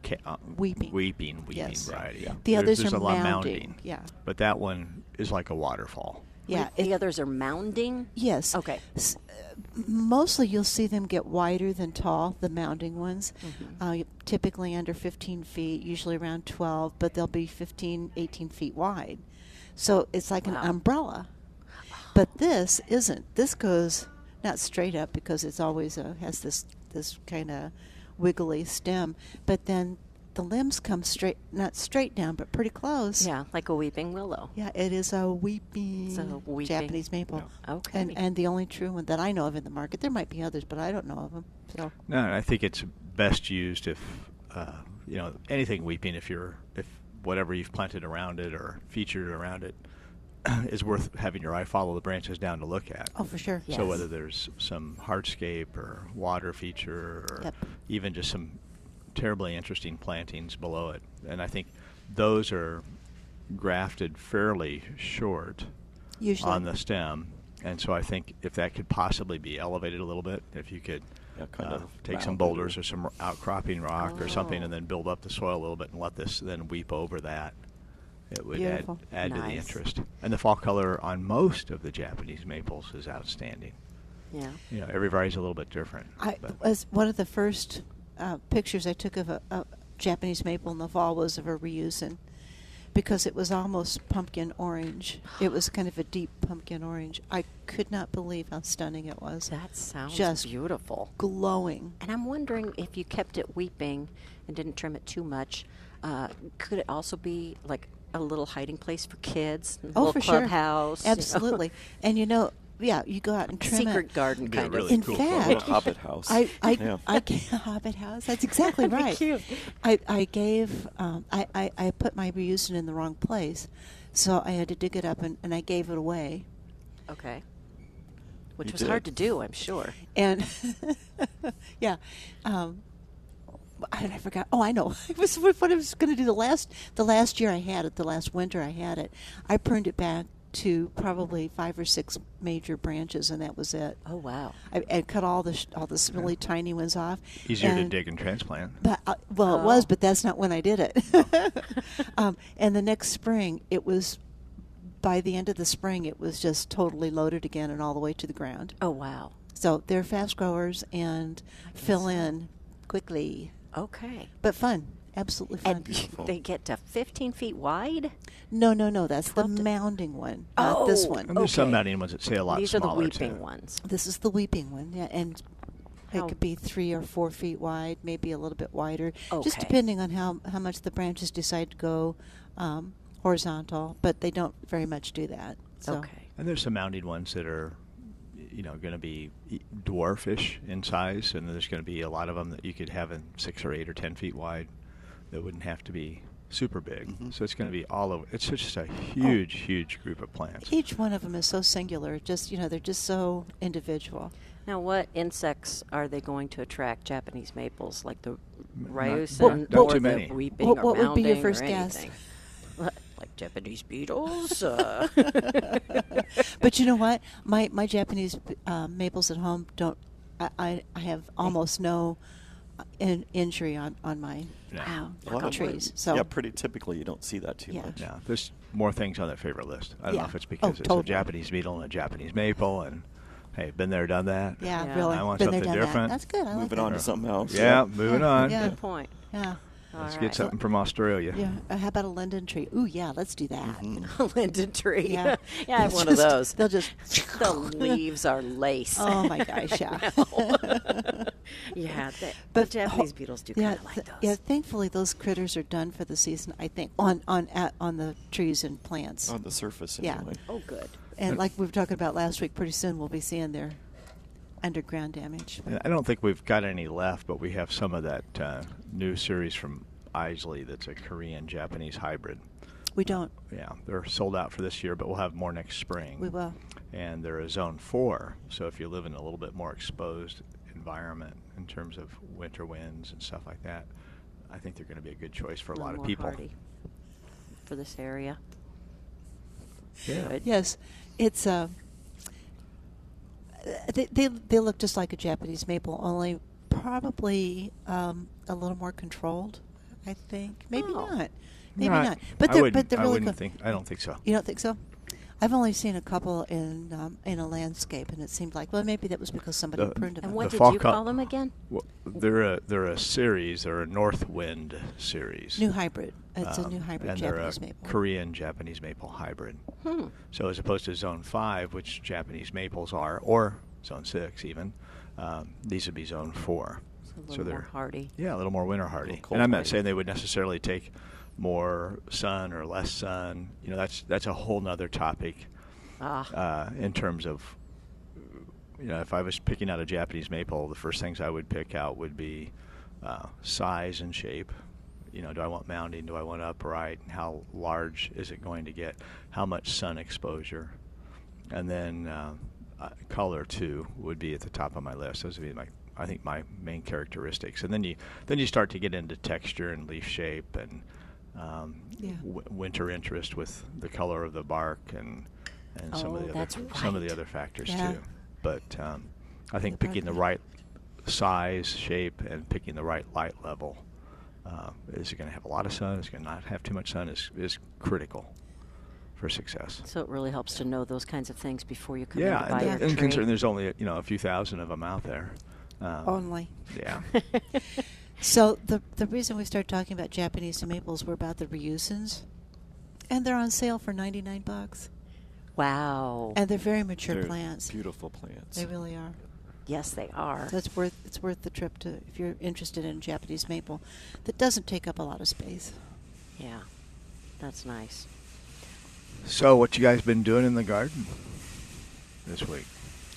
[SPEAKER 4] ca- uh,
[SPEAKER 2] Weeping.
[SPEAKER 4] weeping, weeping
[SPEAKER 2] Yes.
[SPEAKER 4] variety.
[SPEAKER 2] The
[SPEAKER 4] There's-
[SPEAKER 2] others
[SPEAKER 4] there's
[SPEAKER 2] are
[SPEAKER 4] a lot of
[SPEAKER 2] mounding.
[SPEAKER 4] mounding.
[SPEAKER 2] Yeah.
[SPEAKER 4] But that one is like a waterfall.
[SPEAKER 2] Yeah.
[SPEAKER 1] the
[SPEAKER 2] it-
[SPEAKER 1] others are mounding.
[SPEAKER 2] yes.
[SPEAKER 1] Okay.
[SPEAKER 2] S- uh, mostly you'll see them get wider than tall, the mounding ones,
[SPEAKER 1] Mm-hmm.
[SPEAKER 2] uh, typically under 15 feet, usually around 12, but they'll be 15, 18 feet wide. So it's like
[SPEAKER 1] Wow.
[SPEAKER 2] an umbrella. But this isn't. This goes not straight up because it's always a, has this this kind of wiggly stem, but then the limbs come straight, not straight down, but pretty close.
[SPEAKER 1] Yeah, like a weeping willow.
[SPEAKER 2] Yeah, it is a weeping,
[SPEAKER 1] weeping-
[SPEAKER 2] Japanese maple.
[SPEAKER 1] Okay.
[SPEAKER 2] And, and the only true one that I know of in the market. There might be others, but I don't know of them. So
[SPEAKER 4] No, and I think it's best used if uh, you know anything weeping. If you're if whatever you've planted around it or featured around it is worth having your eye follow the branches down to look at.
[SPEAKER 2] Oh, for sure.
[SPEAKER 1] Yeah.
[SPEAKER 4] So
[SPEAKER 1] Yes.
[SPEAKER 4] whether there's some hardscape or water feature or
[SPEAKER 2] Yep.
[SPEAKER 4] even just some terribly interesting plantings below it, and I think those are grafted fairly short
[SPEAKER 2] Usually.
[SPEAKER 4] on the stem. And so I think if that could possibly be elevated a little bit, if you could
[SPEAKER 3] Yeah, kind
[SPEAKER 4] uh,
[SPEAKER 3] of
[SPEAKER 4] take some
[SPEAKER 3] mound
[SPEAKER 4] boulders
[SPEAKER 3] or-
[SPEAKER 4] or some r- outcropping rock or
[SPEAKER 1] Oh.
[SPEAKER 4] something and then build up the soil a little bit and let this then weep over that, it would
[SPEAKER 2] Beautiful.
[SPEAKER 4] add, add to the
[SPEAKER 1] Nice.
[SPEAKER 4] interest. And the fall color on most of the Japanese maples is outstanding.
[SPEAKER 1] Yeah.
[SPEAKER 4] You know, every variety's a little bit different.
[SPEAKER 2] I
[SPEAKER 4] but-
[SPEAKER 2] was one of the first uh, pictures I took of a, a Japanese maple in the fall was of a Ryusin because it was almost pumpkin orange. It was kind of a deep pumpkin orange. I could not believe how stunning it was.
[SPEAKER 1] That sounds
[SPEAKER 2] Just
[SPEAKER 1] beautiful.
[SPEAKER 2] glowing.
[SPEAKER 1] And I'm wondering if you kept it weeping and didn't trim it too much, uh, could it also be like a little hiding place for kids? A
[SPEAKER 2] Oh,
[SPEAKER 1] little
[SPEAKER 2] for sure.
[SPEAKER 1] clubhouse. you know?
[SPEAKER 2] Absolutely. and you know, yeah, you go out and trim
[SPEAKER 1] Secret
[SPEAKER 2] it.
[SPEAKER 1] garden
[SPEAKER 4] Be a
[SPEAKER 1] kind
[SPEAKER 4] really
[SPEAKER 1] of.
[SPEAKER 2] In
[SPEAKER 4] cool
[SPEAKER 2] fact-
[SPEAKER 4] photo.
[SPEAKER 3] Little hobbit house.
[SPEAKER 2] I, I,
[SPEAKER 3] yeah.
[SPEAKER 2] I gave Hobbit House. That's exactly right.
[SPEAKER 1] cute.
[SPEAKER 2] I, I gave, um, I, I, I put my reusin in the wrong place, so I had to dig it up and, and I gave it away.
[SPEAKER 1] Okay. Which
[SPEAKER 3] You
[SPEAKER 1] was
[SPEAKER 3] did.
[SPEAKER 1] hard to do, I'm sure.
[SPEAKER 2] And yeah, um, I, I forgot. Oh, I know. It was what I was going to do the last the last year I had it. The last winter I had it. I pruned it back to probably five or six major branches, and that was it.
[SPEAKER 1] Oh wow.
[SPEAKER 2] I, I cut all the sh- all the s- really tiny ones off.
[SPEAKER 4] Easier to
[SPEAKER 2] and-
[SPEAKER 4] dig and transplant.
[SPEAKER 2] But uh, well,
[SPEAKER 1] Oh.
[SPEAKER 2] it was, but that's not when I did it. um, and the next spring, it was by the end of the spring, it was just totally loaded again and all the way to the ground.
[SPEAKER 1] Oh wow.
[SPEAKER 2] So they're fast growers and fill in quickly,
[SPEAKER 1] Okay.
[SPEAKER 2] but fun, absolutely fun.
[SPEAKER 1] And they get to 15 feet wide.
[SPEAKER 2] no, no, no, that's the
[SPEAKER 1] Twelve to-
[SPEAKER 2] mounding one, not this
[SPEAKER 1] Oh.
[SPEAKER 2] one.
[SPEAKER 4] And there's some
[SPEAKER 1] Okay.
[SPEAKER 4] mountain ones that say a lot
[SPEAKER 1] These are the
[SPEAKER 4] smaller
[SPEAKER 1] weeping
[SPEAKER 4] too.
[SPEAKER 1] ones.
[SPEAKER 2] This is the weeping one, yeah, and
[SPEAKER 1] How-
[SPEAKER 2] it could be three or four feet wide, maybe a little bit wider, just
[SPEAKER 1] Okay.
[SPEAKER 2] depending on how how much the branches decide to go um, horizontal. But they don't very much do that. So.
[SPEAKER 1] Okay.
[SPEAKER 4] And there's some mounded ones that are, you know, going to be dwarfish in size, and there's going to be a lot of them that you could have in six or eight or ten feet wide, that wouldn't have to be super big.
[SPEAKER 2] Mm-hmm.
[SPEAKER 4] So it's going to be all over. It's just a huge, huge group of plants.
[SPEAKER 2] Each one of them is so singular. Just you know, they're just so individual.
[SPEAKER 1] Now, what insects are they going to attract? Japanese maples, like the
[SPEAKER 4] not-
[SPEAKER 1] ryosin
[SPEAKER 4] not- not
[SPEAKER 1] or
[SPEAKER 4] too
[SPEAKER 1] the
[SPEAKER 4] many.
[SPEAKER 1] weeping
[SPEAKER 2] What-
[SPEAKER 1] or
[SPEAKER 2] what would be your
[SPEAKER 1] mounding or
[SPEAKER 2] first guess?
[SPEAKER 1] anything? like Japanese beetles. Uh.
[SPEAKER 2] but you know what? My my Japanese uh, maples at home don't. I, I, I have almost no uh, in, injury on on my
[SPEAKER 4] Yeah.
[SPEAKER 1] Wow.
[SPEAKER 3] A lot of
[SPEAKER 2] trees.
[SPEAKER 3] them-
[SPEAKER 2] So
[SPEAKER 3] yeah, pretty typically you don't see that too
[SPEAKER 2] Yeah.
[SPEAKER 3] much.
[SPEAKER 4] Yeah, there's more things on that favorite list. I don't
[SPEAKER 2] Yeah.
[SPEAKER 4] know if it's
[SPEAKER 2] Oh,
[SPEAKER 4] because it's
[SPEAKER 2] totally.
[SPEAKER 4] a Japanese beetle and a Japanese maple, and hey, been there, done that.
[SPEAKER 2] yeah,
[SPEAKER 1] Yeah.
[SPEAKER 2] really.
[SPEAKER 4] I want
[SPEAKER 2] Been there,
[SPEAKER 4] something
[SPEAKER 2] done that.
[SPEAKER 4] different.
[SPEAKER 2] That's good. I like
[SPEAKER 3] Moving
[SPEAKER 2] that.
[SPEAKER 3] on to something else.
[SPEAKER 4] Yeah, moving
[SPEAKER 2] Yeah.
[SPEAKER 4] on.
[SPEAKER 2] Yeah.
[SPEAKER 1] Good point.
[SPEAKER 2] Yeah.
[SPEAKER 4] Let's
[SPEAKER 1] All
[SPEAKER 4] get
[SPEAKER 1] right.
[SPEAKER 4] something from Australia.
[SPEAKER 2] Yeah. Uh, how about a linden tree? Ooh, yeah. Let's do that.
[SPEAKER 1] linden tree.
[SPEAKER 2] Yeah.
[SPEAKER 1] Mm-hmm. yeah I have
[SPEAKER 2] It's
[SPEAKER 1] one of
[SPEAKER 2] just-
[SPEAKER 1] those.
[SPEAKER 2] they'll just-
[SPEAKER 1] the leaves are lace.
[SPEAKER 2] Oh my gosh, yeah.
[SPEAKER 1] yeah, the,
[SPEAKER 2] But
[SPEAKER 1] the Japanese beetles do
[SPEAKER 2] yeah,
[SPEAKER 1] kind of like
[SPEAKER 2] th-
[SPEAKER 1] those.
[SPEAKER 2] yeah. Thankfully, those critters are done for the season. I think on on at, on the trees and plants.
[SPEAKER 3] On the surface
[SPEAKER 2] Yeah.
[SPEAKER 3] anyway.
[SPEAKER 1] Oh, good.
[SPEAKER 2] And like we were talking about last week, pretty soon we'll be seeing their underground damage.
[SPEAKER 4] Yeah, I don't think we've got any left, but we have some of that uh, new series from Isley that's a Korean Japanese hybrid.
[SPEAKER 2] We don't.
[SPEAKER 4] Yeah, they're sold out for this year, but we'll have more next spring.
[SPEAKER 2] We will.
[SPEAKER 4] And they're a zone four, so if you live in a little bit more exposed environment in terms of winter winds and stuff like that, I think they're going to be a good choice for a lot
[SPEAKER 1] little
[SPEAKER 4] of
[SPEAKER 1] more
[SPEAKER 4] people.
[SPEAKER 1] hardy for this area.
[SPEAKER 4] Yeah.
[SPEAKER 1] Good.
[SPEAKER 2] Yes, it's uh, they, they they look just like a Japanese maple, only probably um, a little more controlled. I think maybe
[SPEAKER 1] Oh.
[SPEAKER 2] not, maybe
[SPEAKER 4] No, I-
[SPEAKER 2] not. But
[SPEAKER 4] I
[SPEAKER 2] they're
[SPEAKER 4] wouldn't-
[SPEAKER 2] but they're
[SPEAKER 4] I
[SPEAKER 2] really
[SPEAKER 4] wouldn't
[SPEAKER 2] good.
[SPEAKER 4] think- I don't think so.
[SPEAKER 2] You don't think so? I've only seen a couple in um, in a landscape, and it seemed like well maybe that was because somebody
[SPEAKER 4] The-
[SPEAKER 2] pruned them.
[SPEAKER 1] And
[SPEAKER 2] out.
[SPEAKER 1] what
[SPEAKER 4] The
[SPEAKER 1] did
[SPEAKER 4] fall
[SPEAKER 1] you
[SPEAKER 4] col-
[SPEAKER 1] call them again?
[SPEAKER 4] Well, they're a they're a series. They're a North Wind series.
[SPEAKER 2] new hybrid? It's a
[SPEAKER 4] Um,
[SPEAKER 2] new hybrid
[SPEAKER 4] and they're
[SPEAKER 2] Japanese
[SPEAKER 4] a
[SPEAKER 2] maple.
[SPEAKER 4] Korean Japanese maple hybrid.
[SPEAKER 1] Hmm.
[SPEAKER 4] So as opposed to Zone Five, which Japanese maples are, or Zone Six even, um, these would be Zone Four.
[SPEAKER 1] A little more hardy.
[SPEAKER 4] Yeah, a little more winter hardy.
[SPEAKER 3] cold
[SPEAKER 4] And I'm not
[SPEAKER 3] hardy.
[SPEAKER 4] saying they would necessarily take more sun or less sun. You know, that's that's a whole nother topic
[SPEAKER 1] Ah,
[SPEAKER 4] uh, in terms of you know if I was picking out a Japanese maple, the first things I would pick out would be uh, size and shape. You know, do I want mounding? Do I want upright? How large is it going to get? How much sun exposure? And then uh, uh, color too would be at the top of my list. Those would be my I think my main characteristics. And then you then you start to get into texture and leaf shape and um,
[SPEAKER 2] Yeah.
[SPEAKER 4] w- winter interest with the color of the bark and and some of
[SPEAKER 1] Oh,
[SPEAKER 4] the
[SPEAKER 1] that's
[SPEAKER 4] other some of the
[SPEAKER 1] right.
[SPEAKER 4] other factors
[SPEAKER 2] Yeah.
[SPEAKER 4] too. But um, I think
[SPEAKER 2] The
[SPEAKER 4] picking the
[SPEAKER 2] bark-
[SPEAKER 4] right size, shape, and picking the right light level uh, is it going to have a lot of sun? Is it going to not have too much sun? Is is critical for success.
[SPEAKER 1] so it really helps to know those kinds of things before you come in
[SPEAKER 4] yeah,
[SPEAKER 1] to buy
[SPEAKER 4] and,
[SPEAKER 1] your
[SPEAKER 4] and
[SPEAKER 1] tree.
[SPEAKER 4] considering there's only you know a few thousand of them out there. Um,
[SPEAKER 2] Only.
[SPEAKER 4] Yeah.
[SPEAKER 2] So the the reason we started talking about Japanese maples were about the reusins, and they're on sale for ninety nine bucks,
[SPEAKER 1] wow.
[SPEAKER 2] and they're very mature
[SPEAKER 3] They're
[SPEAKER 2] plants.
[SPEAKER 3] Beautiful plants.
[SPEAKER 2] They really are.
[SPEAKER 1] yes, they are.
[SPEAKER 2] So it's worth it's worth the trip to if you're interested in Japanese maple, that doesn't take up a lot of space.
[SPEAKER 1] yeah, that's nice.
[SPEAKER 4] so what you guys been doing in the garden? this week.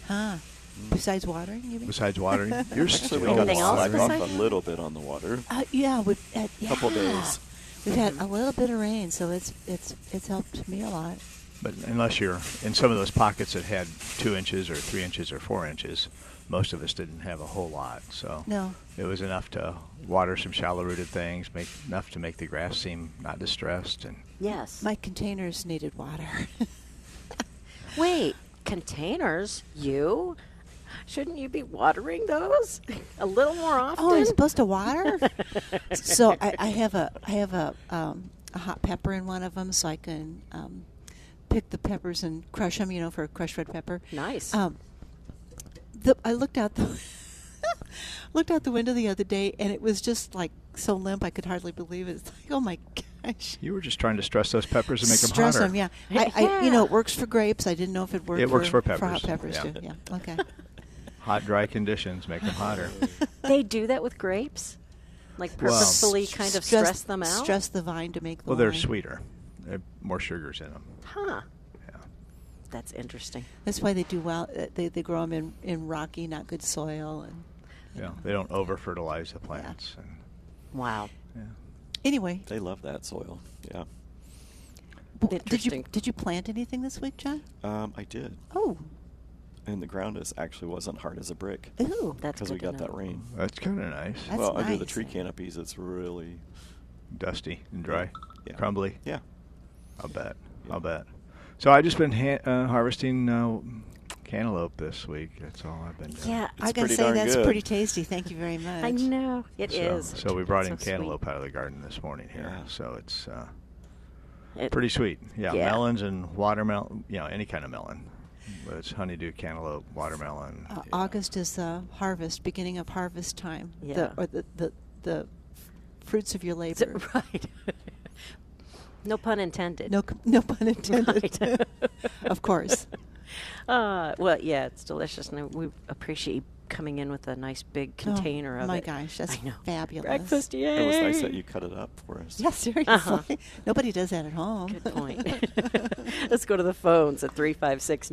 [SPEAKER 2] Huh.
[SPEAKER 3] Mm.
[SPEAKER 2] Besides watering, you mean?
[SPEAKER 4] Besides watering, you're
[SPEAKER 3] Actually,
[SPEAKER 4] still
[SPEAKER 3] we got to
[SPEAKER 1] Anything else
[SPEAKER 3] slack
[SPEAKER 2] besides
[SPEAKER 3] off a
[SPEAKER 2] that?
[SPEAKER 3] little bit on the water.
[SPEAKER 2] Uh, yeah, we've had, yeah.
[SPEAKER 3] Couple days.
[SPEAKER 2] We've had a little bit of rain, so it's it's it's helped me a lot.
[SPEAKER 4] But unless you're in some of those pockets that had two inches or three inches or four inches, most of us didn't have a whole lot.
[SPEAKER 3] Oh.
[SPEAKER 4] So
[SPEAKER 2] No.
[SPEAKER 4] it was enough to water some shallow rooted things, make enough to make the grass seem not distressed. And
[SPEAKER 1] Yes.
[SPEAKER 2] My containers needed water.
[SPEAKER 1] Wait, containers? You? Shouldn't you be watering those a little more often?
[SPEAKER 2] oh, I'm supposed to water? so I, I have a I have a um, a hot pepper in one of them, so I can um, pick the peppers and crush them. You know, for crushed red pepper.
[SPEAKER 1] Nice.
[SPEAKER 2] Um, the, I looked out the looked out the window the other day, and it was just like so limp. I could hardly believe it. It's like, oh my gosh.
[SPEAKER 4] you were just trying to stress those peppers and make them
[SPEAKER 2] Stress
[SPEAKER 4] hotter.
[SPEAKER 2] them, yeah. I, I, you
[SPEAKER 1] Yeah.
[SPEAKER 2] know, it works for grapes. I didn't know if it worked.
[SPEAKER 4] It works
[SPEAKER 2] for,
[SPEAKER 4] for
[SPEAKER 2] hot
[SPEAKER 4] peppers,
[SPEAKER 2] peppers
[SPEAKER 4] yeah.
[SPEAKER 2] too. Yeah. Okay.
[SPEAKER 4] Hot, dry conditions make them hotter.
[SPEAKER 1] they do that with grapes? Like
[SPEAKER 4] Well,
[SPEAKER 1] purposefully kind of stress them out?
[SPEAKER 2] Stress the vine to make. The
[SPEAKER 4] well, they're
[SPEAKER 2] wine.
[SPEAKER 4] sweeter, They have more sugars in them.
[SPEAKER 1] Huh.
[SPEAKER 4] Yeah.
[SPEAKER 1] That's interesting.
[SPEAKER 2] That's why they do well. uh, They they grow them in in rocky, not good soil. And
[SPEAKER 4] Yeah, they don't over fertilize the plants.
[SPEAKER 1] Wow.
[SPEAKER 4] And,
[SPEAKER 2] anyway,
[SPEAKER 3] They love that soil. Yeah.
[SPEAKER 2] w- did you
[SPEAKER 1] Interesting.
[SPEAKER 2] did you plant anything this week, John?
[SPEAKER 3] Um, I did.
[SPEAKER 2] Oh,
[SPEAKER 3] And the ground is actually wasn't hard as a brick
[SPEAKER 2] ooh,
[SPEAKER 1] That's
[SPEAKER 3] because
[SPEAKER 1] good
[SPEAKER 3] we
[SPEAKER 1] to
[SPEAKER 3] got
[SPEAKER 1] know.
[SPEAKER 3] that rain.
[SPEAKER 4] yeah. That's kind of nice.
[SPEAKER 2] That's
[SPEAKER 3] well, under the
[SPEAKER 2] nice.
[SPEAKER 3] tree canopies, it's really
[SPEAKER 4] Dusty and dry,
[SPEAKER 3] yeah.
[SPEAKER 4] crumbly.
[SPEAKER 3] Yeah.
[SPEAKER 4] I'll bet.
[SPEAKER 3] Yeah.
[SPEAKER 4] I'll bet. So I just been ha- uh, harvesting uh, cantaloupe this week. That's all I've been doing.
[SPEAKER 1] Yeah,
[SPEAKER 2] I gotta
[SPEAKER 3] It's pretty
[SPEAKER 2] say
[SPEAKER 3] darn
[SPEAKER 2] that's
[SPEAKER 3] good.
[SPEAKER 2] pretty tasty. Thank you very much.
[SPEAKER 1] I know. it
[SPEAKER 4] so,
[SPEAKER 1] is.
[SPEAKER 4] So we brought
[SPEAKER 1] It's
[SPEAKER 4] in
[SPEAKER 1] so sweet.
[SPEAKER 4] cantaloupe out of the garden this morning here.
[SPEAKER 3] Yeah.
[SPEAKER 4] So it's uh,
[SPEAKER 1] It-
[SPEAKER 4] pretty sweet. Yeah,
[SPEAKER 1] Yeah.
[SPEAKER 4] melons and watermelon. You know, any kind of melon. Whether it's honeydew, cantaloupe, watermelon.
[SPEAKER 2] Uh,
[SPEAKER 4] yeah.
[SPEAKER 2] August is uh, harvest, beginning of harvest time.
[SPEAKER 1] Yeah.
[SPEAKER 2] The, or the, the the fruits of your
[SPEAKER 1] Is
[SPEAKER 2] labor.
[SPEAKER 1] it right? no pun intended.
[SPEAKER 2] No, c- no pun intended.
[SPEAKER 1] Right.
[SPEAKER 2] of course.
[SPEAKER 1] Uh, well, yeah, it's delicious, and we appreciate you coming in with a nice big container
[SPEAKER 2] oh,
[SPEAKER 1] of
[SPEAKER 2] my
[SPEAKER 1] it.
[SPEAKER 2] gosh, that's
[SPEAKER 1] I know.
[SPEAKER 2] fabulous.
[SPEAKER 1] Breakfast, yay!
[SPEAKER 3] It was nice that you cut it up for us.
[SPEAKER 2] Yeah, seriously.
[SPEAKER 1] Uh-huh.
[SPEAKER 2] Nobody does that at home.
[SPEAKER 1] Good point. Let's go to the phones at 356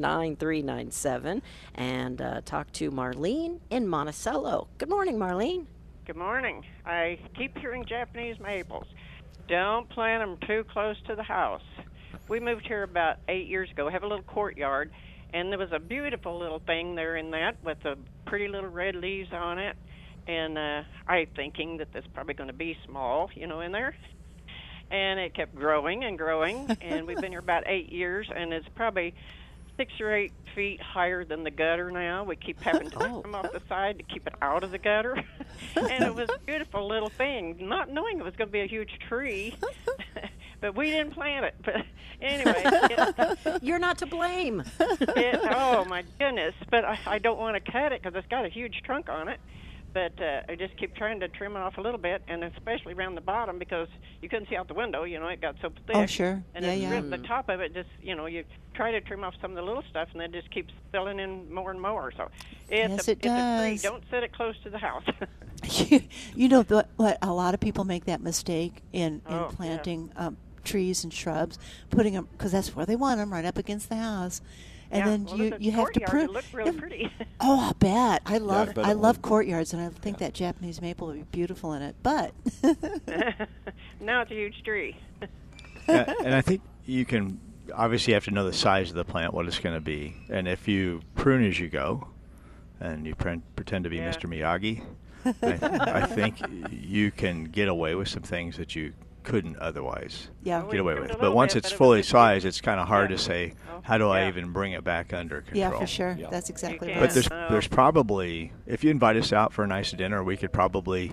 [SPEAKER 1] 9397 and uh, talk to Marlene in Monticello. Good morning, Marlene.
[SPEAKER 6] Good morning. I keep hearing Japanese maples. Don't plant them too close to the house. We moved here about eight years ago. Have a little courtyard, and there was a beautiful little thing there in that with the pretty little red leaves on it. And uh, I thinking that that's probably going to be small, you know, in there. And it kept growing and growing, and we've been here about eight years, and it's probably six or eight feet higher than the gutter now. We keep having to
[SPEAKER 1] Oh.
[SPEAKER 6] come off the side to keep it out of the gutter. and it was a beautiful little thing, not knowing it was going to be a huge tree. but we didn't plant it. But anyway, it,
[SPEAKER 1] You're not to blame.
[SPEAKER 6] it, oh my goodness! But I, I don't want to cut it because it's got a huge trunk on it. But uh, I just keep trying to trim it off a little bit, and especially around the bottom because you couldn't see out the window. You know, it got so thick.
[SPEAKER 2] Oh, sure.
[SPEAKER 6] And
[SPEAKER 2] yeah,
[SPEAKER 6] it's
[SPEAKER 2] yeah.
[SPEAKER 6] ripped- the top of it just, you know, you try to trim off some of the little stuff, and it just keeps filling in more and more. So
[SPEAKER 2] Yes,
[SPEAKER 6] it's a,
[SPEAKER 2] it
[SPEAKER 6] it's a tree.
[SPEAKER 2] does.
[SPEAKER 6] Don't set it close to the house.
[SPEAKER 2] you know what, what? A lot of people make that mistake in, in
[SPEAKER 6] Oh, yeah.
[SPEAKER 2] planting um, trees and shrubs, putting them because that's where they want them, right up against the house. And
[SPEAKER 6] Yeah,
[SPEAKER 2] then
[SPEAKER 6] well,
[SPEAKER 2] you
[SPEAKER 6] there's a
[SPEAKER 2] you have to
[SPEAKER 6] courtyard. It
[SPEAKER 2] prune.
[SPEAKER 6] looked really
[SPEAKER 2] Yeah.
[SPEAKER 6] pretty.
[SPEAKER 2] Oh, I bet. I love
[SPEAKER 3] bet
[SPEAKER 2] I
[SPEAKER 3] it
[SPEAKER 2] love
[SPEAKER 3] would.
[SPEAKER 2] courtyards, and I think that Japanese maple would be beautiful in it. But
[SPEAKER 6] now it's a huge tree.
[SPEAKER 4] and, and I think you can obviously you have to know the size of the plant, what it's going to be, and if you prune as you go, and you pre- pretend to be
[SPEAKER 6] Yeah.
[SPEAKER 4] Mr. Miyagi, I, I think you can get away with some things that you couldn't otherwise
[SPEAKER 2] yeah,
[SPEAKER 6] Oh,
[SPEAKER 4] get away
[SPEAKER 6] pruned a
[SPEAKER 4] with. But
[SPEAKER 6] little
[SPEAKER 4] once
[SPEAKER 6] bit,
[SPEAKER 4] it's
[SPEAKER 6] but it was
[SPEAKER 4] fully
[SPEAKER 6] just-
[SPEAKER 4] sized, it's kind of hard
[SPEAKER 6] Yeah.
[SPEAKER 4] to say
[SPEAKER 6] Oh,
[SPEAKER 4] how do I
[SPEAKER 6] yeah.
[SPEAKER 4] even bring it back under control.
[SPEAKER 2] yeah, for sure.
[SPEAKER 3] Yeah.
[SPEAKER 2] That's exactly
[SPEAKER 6] You
[SPEAKER 2] right.
[SPEAKER 4] But there's
[SPEAKER 6] Yeah.
[SPEAKER 4] there's probably if you invite us out for a nice dinner, we could probably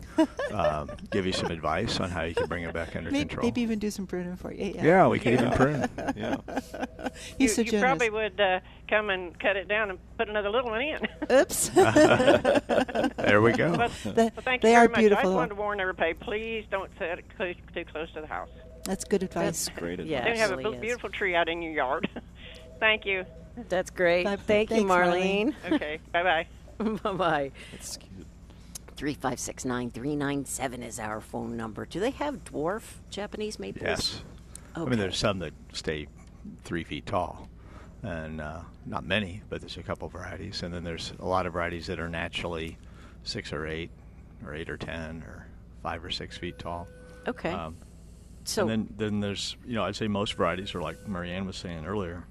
[SPEAKER 4] um, give you some advice on how you can bring it
[SPEAKER 6] uh,
[SPEAKER 4] back under
[SPEAKER 2] May- maybe,
[SPEAKER 4] control.
[SPEAKER 2] even do some pruning for you. Yeah,
[SPEAKER 4] yeah, we could even prune.
[SPEAKER 3] Yeah.
[SPEAKER 6] You,
[SPEAKER 2] he's so
[SPEAKER 6] you
[SPEAKER 2] generous.
[SPEAKER 6] probably would uh, come and cut it down and put another little one in.
[SPEAKER 2] Oops.
[SPEAKER 4] There we go.
[SPEAKER 6] But-
[SPEAKER 2] They-
[SPEAKER 6] Well, thank
[SPEAKER 2] they
[SPEAKER 6] you very
[SPEAKER 2] are
[SPEAKER 6] much. I
[SPEAKER 2] beautiful.
[SPEAKER 6] just wanted to warn everybody, please don't set it close, too close to the house.
[SPEAKER 2] That's good advice.
[SPEAKER 3] Great advice.
[SPEAKER 1] Yeah.
[SPEAKER 6] Then you have a
[SPEAKER 1] Absolutely
[SPEAKER 6] bu-
[SPEAKER 1] is.
[SPEAKER 6] beautiful tree out in your yard. thank you.
[SPEAKER 1] That's great.
[SPEAKER 2] Bye-
[SPEAKER 1] Thank you,
[SPEAKER 2] thanks, Marlene.
[SPEAKER 1] Marlene.
[SPEAKER 6] Okay, bye-bye.
[SPEAKER 1] bye bye.
[SPEAKER 3] That's cute.
[SPEAKER 1] 356 9397 is our phone number. Do they have dwarf Japanese maples?
[SPEAKER 4] Yes. I mean,
[SPEAKER 1] Okay.
[SPEAKER 4] there's some that stay three feet tall, and uh, not many, but there's a couple varieties, and then there's a lot of varieties that are naturally six or eight, or eight or ten, or five or six feet tall.
[SPEAKER 1] Okay.
[SPEAKER 4] Um,
[SPEAKER 1] so
[SPEAKER 4] and then, then there's, you know, I'd say most varieties are like Marianne was saying earlier,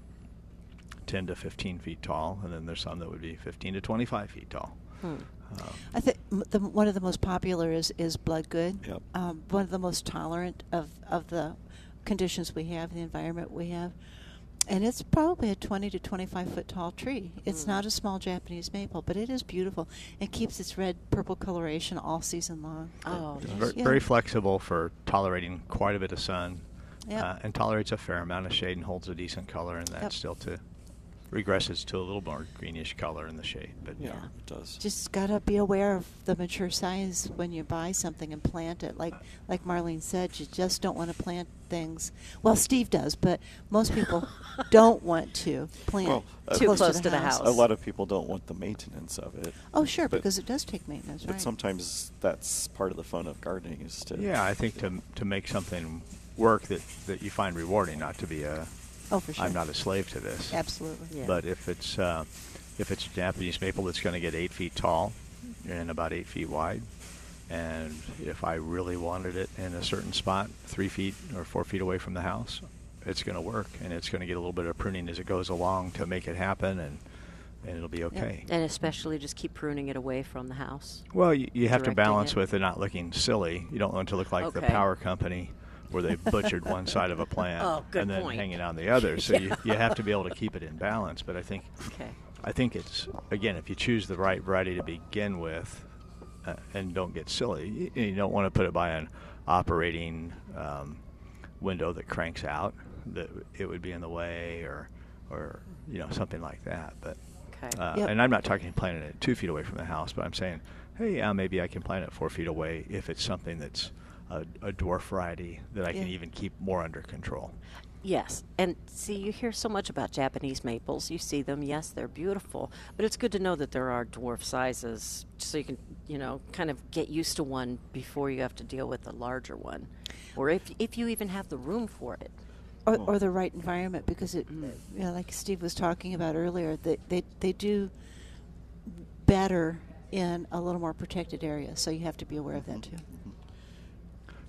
[SPEAKER 4] 10 to 15 feet tall, and then there's some that would be 15 to 25 feet tall.
[SPEAKER 1] Hmm.
[SPEAKER 4] Um,
[SPEAKER 2] I think m- the, one of the most popular is, is blood good.
[SPEAKER 3] Yep.
[SPEAKER 2] Um, one of the most tolerant of, of the conditions we have, the environment we have. And it's probably a 20 to 25 foot tall tree. It's
[SPEAKER 1] Mm.
[SPEAKER 2] not a small Japanese maple, but it is beautiful. It keeps its red purple coloration all season long.
[SPEAKER 1] Oh,
[SPEAKER 3] Yeah.
[SPEAKER 1] nice.
[SPEAKER 4] Ver-
[SPEAKER 2] Yeah.
[SPEAKER 4] Very flexible for tolerating quite a bit of sun,
[SPEAKER 2] Yep.
[SPEAKER 4] uh, and tolerates a fair amount of shade and holds a decent color in that
[SPEAKER 2] Yep.
[SPEAKER 4] still too. Regresses to a little more greenish color in the shade, but
[SPEAKER 3] Yeah,
[SPEAKER 1] Yeah.
[SPEAKER 3] it does.
[SPEAKER 2] Just gotta be aware of the mature size when you buy something and plant it. Like like Marlene said, you just don't want to plant things. Well, Steve does, but most people don't want to plant
[SPEAKER 3] Well, uh,
[SPEAKER 1] Too close to the house.
[SPEAKER 3] a lot of people don't want the maintenance of it.
[SPEAKER 2] Oh, sure,
[SPEAKER 3] but-
[SPEAKER 2] because it does take maintenance,
[SPEAKER 3] But
[SPEAKER 2] right?
[SPEAKER 3] sometimes that's part of the fun of gardening is to.
[SPEAKER 4] yeah, I think to to make something work that that you find rewarding, not to be a
[SPEAKER 2] Oh, for sure.
[SPEAKER 4] am not a slave to this.
[SPEAKER 2] Absolutely.
[SPEAKER 1] Yeah.
[SPEAKER 4] But if it's uh, if it's a Japanese maple that's going to get eight feet tall and about eight feet wide, and if I really wanted it in a certain spot, three feet or four feet away from the house, it's going to work, and it's going to get a little bit of pruning as it goes along to make it happen, and and it'll be okay.
[SPEAKER 1] and especially just keep pruning it away from the house.
[SPEAKER 4] Well, you, you have to
[SPEAKER 1] Directing
[SPEAKER 4] balance
[SPEAKER 1] it.
[SPEAKER 4] with it not looking silly. You don't want to look like the
[SPEAKER 1] Okay.
[SPEAKER 4] power company where they butchered one side of a plant
[SPEAKER 1] Oh, good
[SPEAKER 4] and then
[SPEAKER 1] point.
[SPEAKER 4] hanging on the other. So you, you have to be able to keep it in balance. But I think
[SPEAKER 1] Okay.
[SPEAKER 4] I think it's again, if you choose the right variety to begin with, uh, and don't get silly, you, you don't want to put it by an operating um, window that cranks out. That it would be in the way, or or you know something like that. But
[SPEAKER 1] Okay.
[SPEAKER 4] uh,
[SPEAKER 2] Yep.
[SPEAKER 4] and I'm not talking planting it two feet away from the house, but I'm saying, hey, yeah, maybe I can plant it four feet away if it's something that's a, a dwarf variety that I can
[SPEAKER 2] Yeah.
[SPEAKER 4] even keep more under control.
[SPEAKER 1] Yes. And see, you hear so much about Japanese maples. You see them. Yes, they're beautiful. But it's good to know that there are dwarf sizes so you can, you know, kind of get used to one before you have to deal with the larger one. Or if, if you even have the room for it.
[SPEAKER 2] or,
[SPEAKER 3] Well-
[SPEAKER 2] or the right environment because it mm, you know, like steve was talking about earlier they, they, they do better in a little more protected area so you have to be aware of
[SPEAKER 3] Mm-hmm.
[SPEAKER 2] that too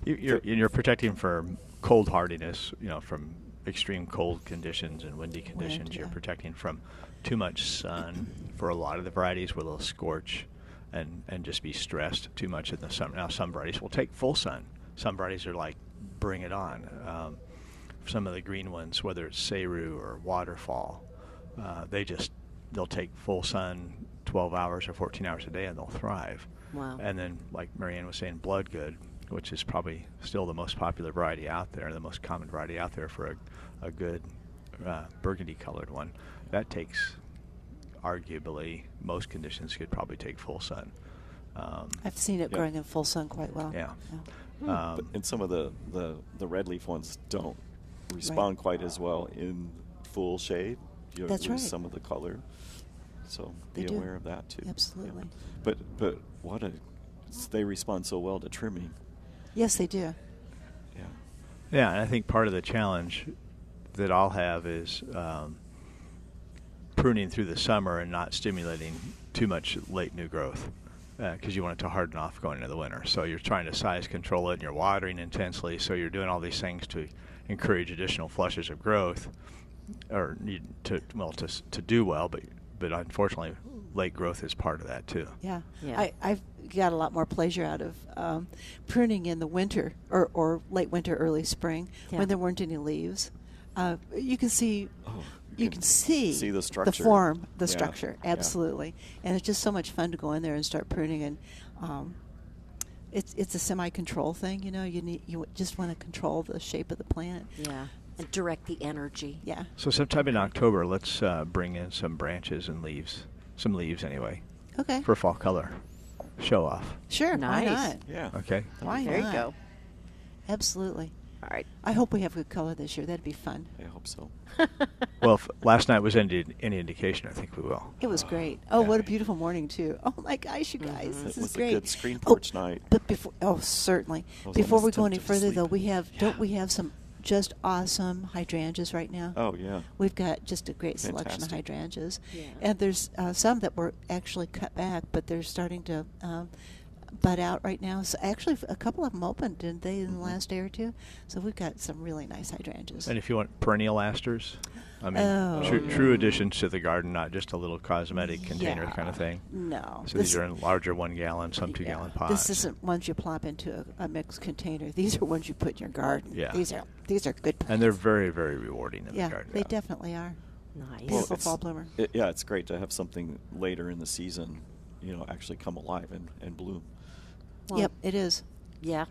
[SPEAKER 4] You, you're,
[SPEAKER 3] So-
[SPEAKER 4] and you're protecting from cold hardiness, you know, from extreme cold conditions and windy conditions. You're
[SPEAKER 2] yeah.
[SPEAKER 4] protecting from too much sun for a lot of the varieties where they'll scorch and, and just be stressed too much in the summer. Now, some varieties will take full sun. Some varieties are like, bring it on. Um, some of the green ones, whether it's Seru or Waterfall, uh, they just, they'll take full sun 12 hours or 14 hours a day and they'll thrive.
[SPEAKER 1] Wow.
[SPEAKER 4] And then, like Marianne was saying, Blood Good, which is probably still the most popular variety out there, the most common variety out there for a, a good uh, burgundy colored one. That takes, arguably, most conditions could probably take full sun. Um,
[SPEAKER 2] i've seen it
[SPEAKER 3] Yeah.
[SPEAKER 2] growing in full sun quite well
[SPEAKER 4] Yeah.
[SPEAKER 3] But-
[SPEAKER 4] um,
[SPEAKER 3] and some of the, the, the red leaf ones don't respond quite as well in full shade. You
[SPEAKER 2] That's
[SPEAKER 3] lose
[SPEAKER 2] right.
[SPEAKER 3] some of the color. So
[SPEAKER 2] They
[SPEAKER 3] be
[SPEAKER 2] do.
[SPEAKER 3] aware of that too. Yeah.
[SPEAKER 2] Absolutely.
[SPEAKER 3] But but what a s- they respond so well to trimming.
[SPEAKER 2] yes they do
[SPEAKER 3] Yeah.
[SPEAKER 4] Yeah, and I think part of the challenge that I'll have is um, pruning through the summer and not stimulating too much late new growth because you want it to harden off going into the winter. So you're trying to size control it and you're watering intensely. So you're doing all these things to encourage additional flushes of growth or need to well to s- to do well, but but unfortunately late growth is part of that too.
[SPEAKER 2] Yeah,
[SPEAKER 1] Yeah.
[SPEAKER 2] I, I've got a lot more pleasure out of um, pruning in the winter or, or late winter, early spring
[SPEAKER 1] Yeah.
[SPEAKER 2] when there weren't any leaves. Uh, you can see,
[SPEAKER 3] Oh,
[SPEAKER 2] you can see,
[SPEAKER 3] see the structure.
[SPEAKER 2] form, the
[SPEAKER 3] Yeah,
[SPEAKER 2] structure,
[SPEAKER 3] yeah.
[SPEAKER 2] absolutely. And it's just so much fun to go in there and start pruning. And um, it's it's a semi-control thing, you know. You need you just want to control the shape of the plant.
[SPEAKER 1] Yeah. And direct the energy.
[SPEAKER 2] Yeah.
[SPEAKER 4] So sometime in October, let's uh, bring in some branches and leaves, some leaves anyway.
[SPEAKER 2] Okay.
[SPEAKER 4] for fall color show off.
[SPEAKER 2] sure.
[SPEAKER 1] Nice.
[SPEAKER 2] Why not?
[SPEAKER 3] Yeah.
[SPEAKER 4] Okay.
[SPEAKER 2] Why
[SPEAKER 1] There
[SPEAKER 2] not?
[SPEAKER 1] you go.
[SPEAKER 2] Absolutely.
[SPEAKER 1] All right.
[SPEAKER 2] I hope we have good color this year. That'd be fun.
[SPEAKER 3] I hope so.
[SPEAKER 4] Well, if last night was any, any indication, I think we will.
[SPEAKER 2] It was great. Oh, what a
[SPEAKER 3] Yeah. Mm-hmm.
[SPEAKER 2] beautiful morning too. Oh my gosh, you guys,
[SPEAKER 1] Mhm.
[SPEAKER 2] this is
[SPEAKER 3] It was a
[SPEAKER 2] great.
[SPEAKER 3] good screen
[SPEAKER 2] Oh,
[SPEAKER 3] porch night.
[SPEAKER 2] But before, oh certainly,
[SPEAKER 3] I was
[SPEAKER 2] before we
[SPEAKER 3] almost
[SPEAKER 2] go any
[SPEAKER 3] tempted to
[SPEAKER 2] further though,
[SPEAKER 3] sleep.
[SPEAKER 2] we have don't
[SPEAKER 3] Yeah.
[SPEAKER 2] we have some just awesome hydrangeas right now.
[SPEAKER 3] Oh yeah.
[SPEAKER 2] We've got just a great selection of
[SPEAKER 3] Fantastic.
[SPEAKER 2] hydrangeas,
[SPEAKER 1] Yeah.
[SPEAKER 2] and there's uh, some that were actually cut back, but they're starting to um, bud out right now. So actually, a couple of them opened, didn't they,
[SPEAKER 3] Mm-hmm.
[SPEAKER 2] in the last day or two? So we've got some really nice hydrangeas.
[SPEAKER 4] And if you want perennial asters, I mean,
[SPEAKER 2] Oh,
[SPEAKER 4] true,
[SPEAKER 2] yeah.
[SPEAKER 4] true additions to the garden, not just a little cosmetic container kind of
[SPEAKER 2] Yeah.
[SPEAKER 4] thing.
[SPEAKER 2] No,
[SPEAKER 4] So
[SPEAKER 2] this-
[SPEAKER 4] these are in larger one gallon, some two
[SPEAKER 2] Yeah.
[SPEAKER 4] gallon pots.
[SPEAKER 2] This isn't ones you plop into a, a mixed container. These are ones you put in your garden.
[SPEAKER 4] Yeah.
[SPEAKER 2] These are these are good.
[SPEAKER 4] And they're
[SPEAKER 2] plants.
[SPEAKER 4] very, very rewarding in
[SPEAKER 2] yeah,
[SPEAKER 4] the garden.
[SPEAKER 2] they definitely are.
[SPEAKER 1] Nice.
[SPEAKER 2] Beautiful
[SPEAKER 3] it's-
[SPEAKER 2] fall bloomer.
[SPEAKER 3] it- yeah, it's great to have something later in the season, you know, actually come alive and, and bloom.
[SPEAKER 1] Well,
[SPEAKER 2] yep, it is.
[SPEAKER 1] Yeah.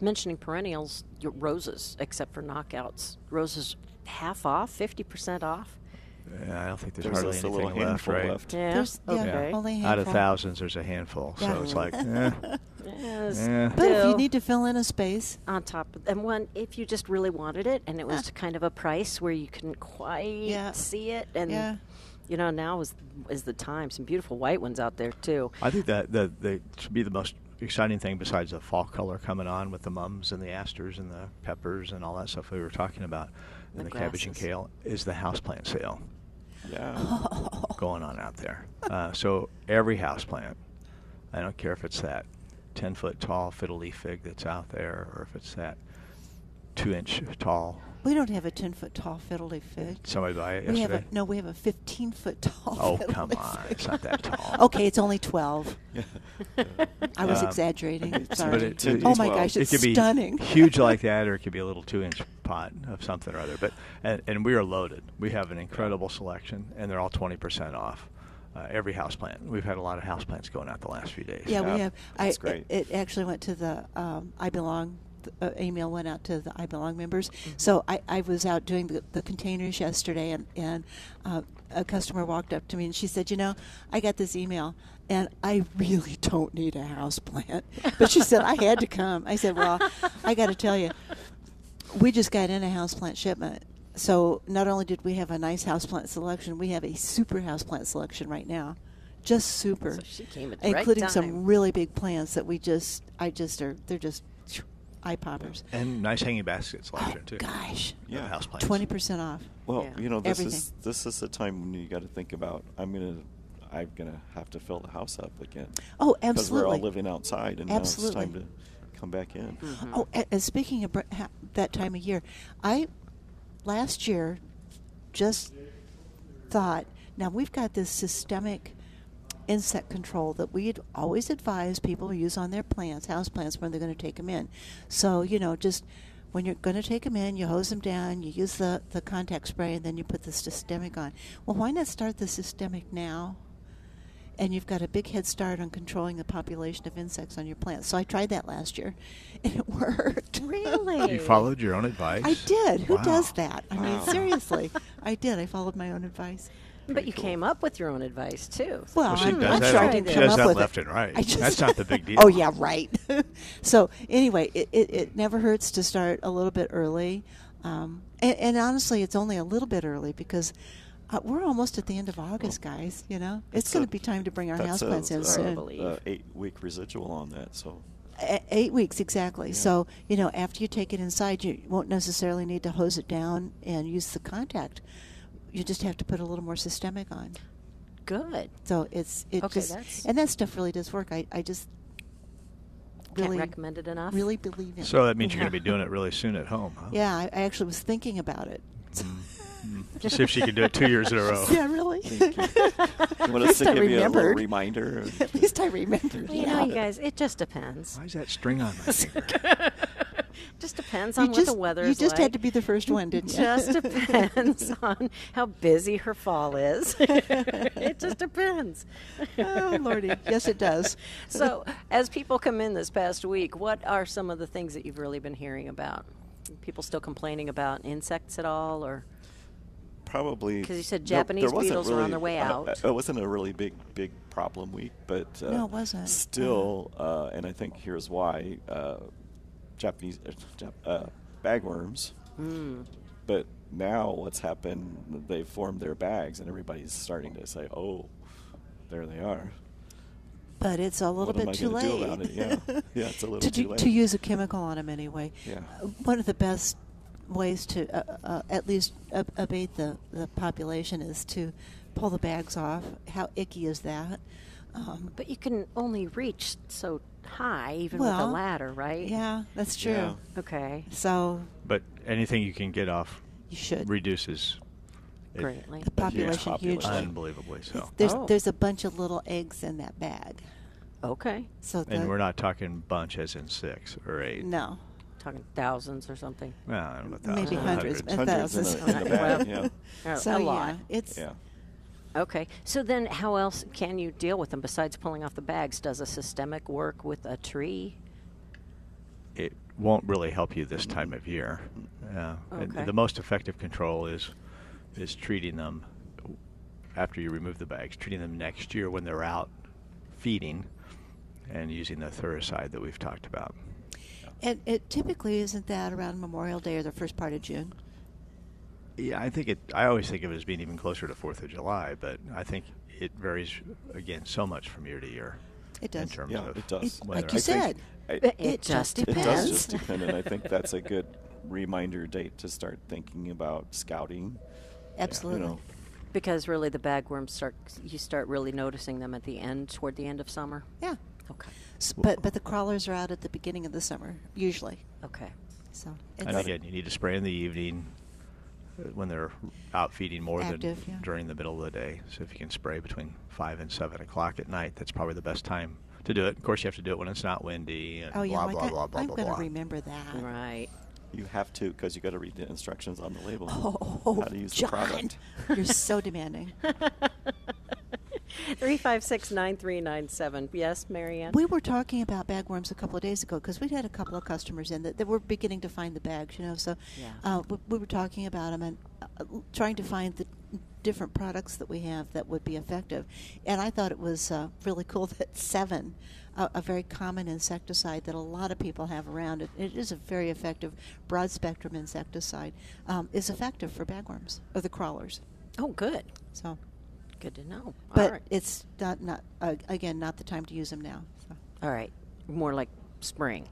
[SPEAKER 1] Mentioning perennials, your roses, except for knockouts. Roses half off, 50% off.
[SPEAKER 4] Yeah, I don't think there's,
[SPEAKER 3] There's
[SPEAKER 4] hardly
[SPEAKER 3] just a
[SPEAKER 4] anything
[SPEAKER 3] little
[SPEAKER 4] left,
[SPEAKER 3] handful
[SPEAKER 4] right?
[SPEAKER 3] left.
[SPEAKER 1] Yeah.
[SPEAKER 2] There's yeah,
[SPEAKER 1] okay.
[SPEAKER 2] only a
[SPEAKER 4] Out of
[SPEAKER 2] handful.
[SPEAKER 4] thousands, there's a handful. So it's like, eh.
[SPEAKER 1] Yes.
[SPEAKER 4] Yeah.
[SPEAKER 2] But if
[SPEAKER 1] Still
[SPEAKER 2] you need to fill in a space,
[SPEAKER 1] on top of and one if you just really wanted it and it was kind of a price where you couldn't quite
[SPEAKER 2] Yeah.
[SPEAKER 1] see it and
[SPEAKER 2] Yeah.
[SPEAKER 1] you know now is is the time some beautiful white ones out there too
[SPEAKER 4] I think that the, the to be the most exciting thing besides the fall color coming on with the mums and the asters and the peppers and all that stuff we were talking about and
[SPEAKER 1] The
[SPEAKER 4] the, cabbage and
[SPEAKER 1] grasses.
[SPEAKER 4] kale is the houseplant sale
[SPEAKER 3] Yeah.
[SPEAKER 4] going on out there. Uh, so every houseplant, I don't care if it's that 10 foot tall fiddle leaf fig that's out there or if it's that two inch tall.
[SPEAKER 2] we don't have a ten foot tall fiddle leaf fig.
[SPEAKER 4] Somebody buy it
[SPEAKER 2] We have a
[SPEAKER 4] yesterday?
[SPEAKER 2] no, we have a fifteen foot tall.
[SPEAKER 4] Oh,
[SPEAKER 2] fiddle
[SPEAKER 4] come
[SPEAKER 2] leaf
[SPEAKER 4] on,
[SPEAKER 2] fig.
[SPEAKER 4] it's not that tall.
[SPEAKER 2] okay, it's only twelve. I was
[SPEAKER 4] Um,
[SPEAKER 2] exaggerating.
[SPEAKER 3] it's
[SPEAKER 2] Sorry.
[SPEAKER 3] but
[SPEAKER 4] it-
[SPEAKER 2] oh
[SPEAKER 4] it's-
[SPEAKER 2] my
[SPEAKER 3] well,
[SPEAKER 2] gosh,
[SPEAKER 4] it
[SPEAKER 2] it's
[SPEAKER 4] could be
[SPEAKER 2] stunning.
[SPEAKER 4] huge like that, or it could be a little two-inch pot of something or other. But and, and we are loaded. We have an incredible selection, and they're all twenty percent off. Uh, every house plant. We've had a lot of house plants going out the last few days. Uh,
[SPEAKER 2] Yeah, we
[SPEAKER 3] Yeah,
[SPEAKER 2] have.
[SPEAKER 3] that's
[SPEAKER 2] I,
[SPEAKER 3] great.
[SPEAKER 2] It, it actually went to the um, I Belong. Uh, email went out to the I Belong members.
[SPEAKER 3] Mm-hmm.
[SPEAKER 2] So I, I was out doing the, the containers yesterday, and, and uh, a customer walked up to me and she said, You know, I got this email, and I really don't need a house plant. But she said, I had to come. I said, Well, I got to tell you, we just got in a houseplant shipment. So not only did we have a nice houseplant selection, we have a super houseplant selection right now. Just super.
[SPEAKER 1] So she came at the right
[SPEAKER 2] including some
[SPEAKER 1] time.
[SPEAKER 2] really big plants that we just I just are they're just eye poppers. Oh,
[SPEAKER 4] and nice hanging basket selection too.
[SPEAKER 2] Gosh.
[SPEAKER 3] Yeah.
[SPEAKER 4] house plants.
[SPEAKER 2] Twenty percent off.
[SPEAKER 3] Well,
[SPEAKER 1] Yeah.
[SPEAKER 3] you know, this is
[SPEAKER 2] Everything.
[SPEAKER 3] this is the time when you got to think about. I'm gonna, I'm gonna have to fill the house up again.
[SPEAKER 2] Oh,
[SPEAKER 3] Because we're all
[SPEAKER 2] absolutely.
[SPEAKER 3] living outside, and now it's
[SPEAKER 2] Absolutely.
[SPEAKER 3] time to come back in.
[SPEAKER 2] Oh,
[SPEAKER 4] mm.
[SPEAKER 2] and, and speaking of br- ha- that time of year, I last year just thought, now we've got this systemic insect control that we'd always advise people use on their plants, house plants, when they're going to take them in. So, you know, just when you're going to take them in, you hose them down, you use the, the contact spray, and then you put the systemic on. Well, why not start the systemic now? and you've got a big head start on controlling the population of insects on your plants. So I tried that last year, and it worked.
[SPEAKER 1] Really?
[SPEAKER 4] You followed your own advice.
[SPEAKER 2] I did. Who
[SPEAKER 4] Wow.
[SPEAKER 2] does that? I mean,
[SPEAKER 3] Wow.
[SPEAKER 2] seriously, I did. I followed my own advice.
[SPEAKER 1] but you came up with your own advice too So
[SPEAKER 2] Well,
[SPEAKER 4] Well, she
[SPEAKER 2] I'm,
[SPEAKER 4] does
[SPEAKER 2] I'm
[SPEAKER 4] that
[SPEAKER 2] sure I
[SPEAKER 4] all-
[SPEAKER 2] didn't
[SPEAKER 4] she
[SPEAKER 2] come
[SPEAKER 4] does
[SPEAKER 2] up
[SPEAKER 4] that
[SPEAKER 2] with
[SPEAKER 4] left
[SPEAKER 2] it.
[SPEAKER 4] and right.
[SPEAKER 2] I just-
[SPEAKER 4] That's not the big deal.
[SPEAKER 2] oh yeah, right. so anyway, it, it, it never hurts to start a little bit early, um, and, and honestly, it's only a little bit early because. Uh, we're almost at the end of August,
[SPEAKER 4] Oh.
[SPEAKER 2] guys. You know, it's
[SPEAKER 3] That's
[SPEAKER 2] going
[SPEAKER 3] a-
[SPEAKER 2] to be time to bring our
[SPEAKER 3] That's a,
[SPEAKER 2] houseplants in soon.
[SPEAKER 3] eight week residual on that. So
[SPEAKER 2] E- eight weeks exactly. So you know, after you take it inside, you won't necessarily need to hose it down and use the contact. You just have to put a little more systemic on.
[SPEAKER 1] good
[SPEAKER 2] So it's it
[SPEAKER 1] Okay,
[SPEAKER 2] just
[SPEAKER 1] that's-
[SPEAKER 2] and that stuff really does work. I, I just
[SPEAKER 1] can't
[SPEAKER 2] really
[SPEAKER 1] recommend it enough
[SPEAKER 2] really believe in.
[SPEAKER 4] So
[SPEAKER 2] it.
[SPEAKER 4] that means you're going to
[SPEAKER 1] Yeah.
[SPEAKER 4] be doing it really soon at home. Huh?
[SPEAKER 2] yeah, I, I actually was thinking about it.
[SPEAKER 4] Mm-hmm. To see if she can do it two years in a row.
[SPEAKER 2] yeah, really.
[SPEAKER 3] Thank you.
[SPEAKER 2] At
[SPEAKER 3] you want us
[SPEAKER 2] least
[SPEAKER 3] to
[SPEAKER 2] I
[SPEAKER 3] give you a little
[SPEAKER 2] remembered.
[SPEAKER 3] reminder?
[SPEAKER 2] At least I remembered.
[SPEAKER 1] Well, you
[SPEAKER 2] yeah.
[SPEAKER 1] know you guys it just depends
[SPEAKER 4] Why is that string on my finger?
[SPEAKER 1] just depends
[SPEAKER 2] You
[SPEAKER 1] on what
[SPEAKER 2] just-
[SPEAKER 1] the weather
[SPEAKER 2] You
[SPEAKER 1] is
[SPEAKER 2] just
[SPEAKER 1] like.
[SPEAKER 2] had to be the first one, didn't you?
[SPEAKER 1] just depends on how busy her fall is. it just depends.
[SPEAKER 2] oh lordy, yes, it does.
[SPEAKER 1] So, as people come in this past week, what are some of the things that you've really been hearing about? People still complaining about insects at all, or
[SPEAKER 3] Probably
[SPEAKER 1] 'Cause you said
[SPEAKER 3] there-
[SPEAKER 1] Japanese
[SPEAKER 3] there wasn't
[SPEAKER 1] beetles are on
[SPEAKER 3] really-
[SPEAKER 1] their way
[SPEAKER 3] uh,
[SPEAKER 1] out.
[SPEAKER 3] uh, it wasn't a really big, big problem week, but uh,
[SPEAKER 2] No, it wasn't. Uh-huh.
[SPEAKER 3] Still, uh, and I think here's why: uh, Japanese uh, Jap- uh, bagworms.
[SPEAKER 1] Hmm.
[SPEAKER 3] But now, what's happened? They've formed their bags, and everybody's starting to say, "Oh, there they are."
[SPEAKER 2] But it's a little
[SPEAKER 3] What am
[SPEAKER 2] bit
[SPEAKER 3] I
[SPEAKER 2] too
[SPEAKER 3] gonna do
[SPEAKER 2] late.
[SPEAKER 3] about it? Yeah. Yeah, it's a little
[SPEAKER 2] to, do-
[SPEAKER 3] too late.
[SPEAKER 2] to use a chemical on them anyway.
[SPEAKER 3] Yeah.
[SPEAKER 2] Uh, One of the best ways to uh, uh, at least ab- abate the, the population is to pull the bags off. How icky is that? Um,
[SPEAKER 1] But you can only reach so high, even with
[SPEAKER 2] Well,
[SPEAKER 1] a ladder, right?
[SPEAKER 2] yeah, that's true.
[SPEAKER 3] Yeah.
[SPEAKER 1] Okay.
[SPEAKER 2] So
[SPEAKER 4] But anything you can get off
[SPEAKER 2] you should.
[SPEAKER 4] reduces it
[SPEAKER 1] Greatly.
[SPEAKER 2] the population
[SPEAKER 3] population.
[SPEAKER 2] hugely.
[SPEAKER 4] unbelievably so.
[SPEAKER 2] It's- There's
[SPEAKER 1] Oh.
[SPEAKER 2] there's a bunch of little eggs in that bag.
[SPEAKER 1] Okay.
[SPEAKER 2] So the,
[SPEAKER 4] And we're not talking bunch as in six or eight.
[SPEAKER 2] no,
[SPEAKER 1] Talking thousands or something.
[SPEAKER 4] Well, I don't know,
[SPEAKER 2] maybe
[SPEAKER 4] thousands,
[SPEAKER 2] hundreds, but
[SPEAKER 3] Uh, Hundreds in
[SPEAKER 2] thousands.
[SPEAKER 3] a- in a bag, yeah.
[SPEAKER 1] Oh,
[SPEAKER 2] so
[SPEAKER 1] a lot.
[SPEAKER 2] yeah, it's
[SPEAKER 3] Yeah.
[SPEAKER 1] Okay. So then, how else can you deal with them besides pulling off the bags? Does a systemic work with a tree?
[SPEAKER 4] it won't really help you this time of year. Uh, and
[SPEAKER 1] Okay.
[SPEAKER 4] The most effective control is is treating them after you remove the bags, treating them next year when they're out feeding, and using the thuricide that we've talked about.
[SPEAKER 2] and it typically isn't that around Memorial Day or the first part of June.
[SPEAKER 4] Yeah, I think it. I always think of it as being even closer to Fourth of July, but I think it varies again so much from year to year.
[SPEAKER 2] It
[SPEAKER 4] In
[SPEAKER 2] does.
[SPEAKER 4] terms
[SPEAKER 3] Yeah,
[SPEAKER 4] of
[SPEAKER 3] it does.
[SPEAKER 4] whether
[SPEAKER 2] like
[SPEAKER 4] I
[SPEAKER 2] you
[SPEAKER 4] think-
[SPEAKER 2] said,
[SPEAKER 3] I-
[SPEAKER 2] it,
[SPEAKER 1] It
[SPEAKER 2] just
[SPEAKER 1] just- it
[SPEAKER 2] depends.
[SPEAKER 3] It does just
[SPEAKER 1] Depends.
[SPEAKER 3] depend, and I think that's a good reminder date to start thinking about scouting. You
[SPEAKER 2] Absolutely.
[SPEAKER 3] know,
[SPEAKER 1] Because really, the bagworms start. You start really noticing them at the end, toward the end of summer.
[SPEAKER 2] Yeah.
[SPEAKER 1] Okay.
[SPEAKER 2] S- But but the crawlers are out at the beginning of the summer usually.
[SPEAKER 1] Okay.
[SPEAKER 2] So
[SPEAKER 4] And
[SPEAKER 2] it's,
[SPEAKER 4] again, you need to spray in the evening uh, when they're out feeding more
[SPEAKER 2] Active,
[SPEAKER 4] than
[SPEAKER 2] yeah.
[SPEAKER 4] during the middle of the day. So if you can spray between five and seven o'clock at night, that's probably the best time to do it. Of course, you have to do it when it's not windy and
[SPEAKER 2] oh yeah,
[SPEAKER 4] blah,
[SPEAKER 2] like
[SPEAKER 4] blah,
[SPEAKER 2] I,
[SPEAKER 4] blah blah
[SPEAKER 2] I'm
[SPEAKER 4] blah
[SPEAKER 2] gonna
[SPEAKER 4] blah.
[SPEAKER 2] remember
[SPEAKER 1] Uh,
[SPEAKER 2] that.
[SPEAKER 1] Right.
[SPEAKER 3] you have to because you got to read the instructions on the label.
[SPEAKER 2] Oh,
[SPEAKER 3] how to use the
[SPEAKER 2] John,
[SPEAKER 3] product.
[SPEAKER 2] you're so demanding.
[SPEAKER 1] Three five six nine three nine seven. Yes, Marianne.
[SPEAKER 2] We were talking about bagworms a couple of days ago because we'd had a couple of customers in that, that were beginning to find the bags, you know. So
[SPEAKER 1] Yeah.
[SPEAKER 2] uh, we, we were talking about them and uh, l- trying to find the different products that we have that would be effective. And I thought it was uh, really cool that Seven, a, a very common insecticide that a lot of people have around, it, it is a very effective broad spectrum insecticide, um, is effective for bagworms or the crawlers.
[SPEAKER 1] oh, good.
[SPEAKER 2] So,
[SPEAKER 1] Good to know. All
[SPEAKER 2] but
[SPEAKER 1] right.
[SPEAKER 2] it's not not uh, again not the time to use them now. So.
[SPEAKER 1] All right. More like spring.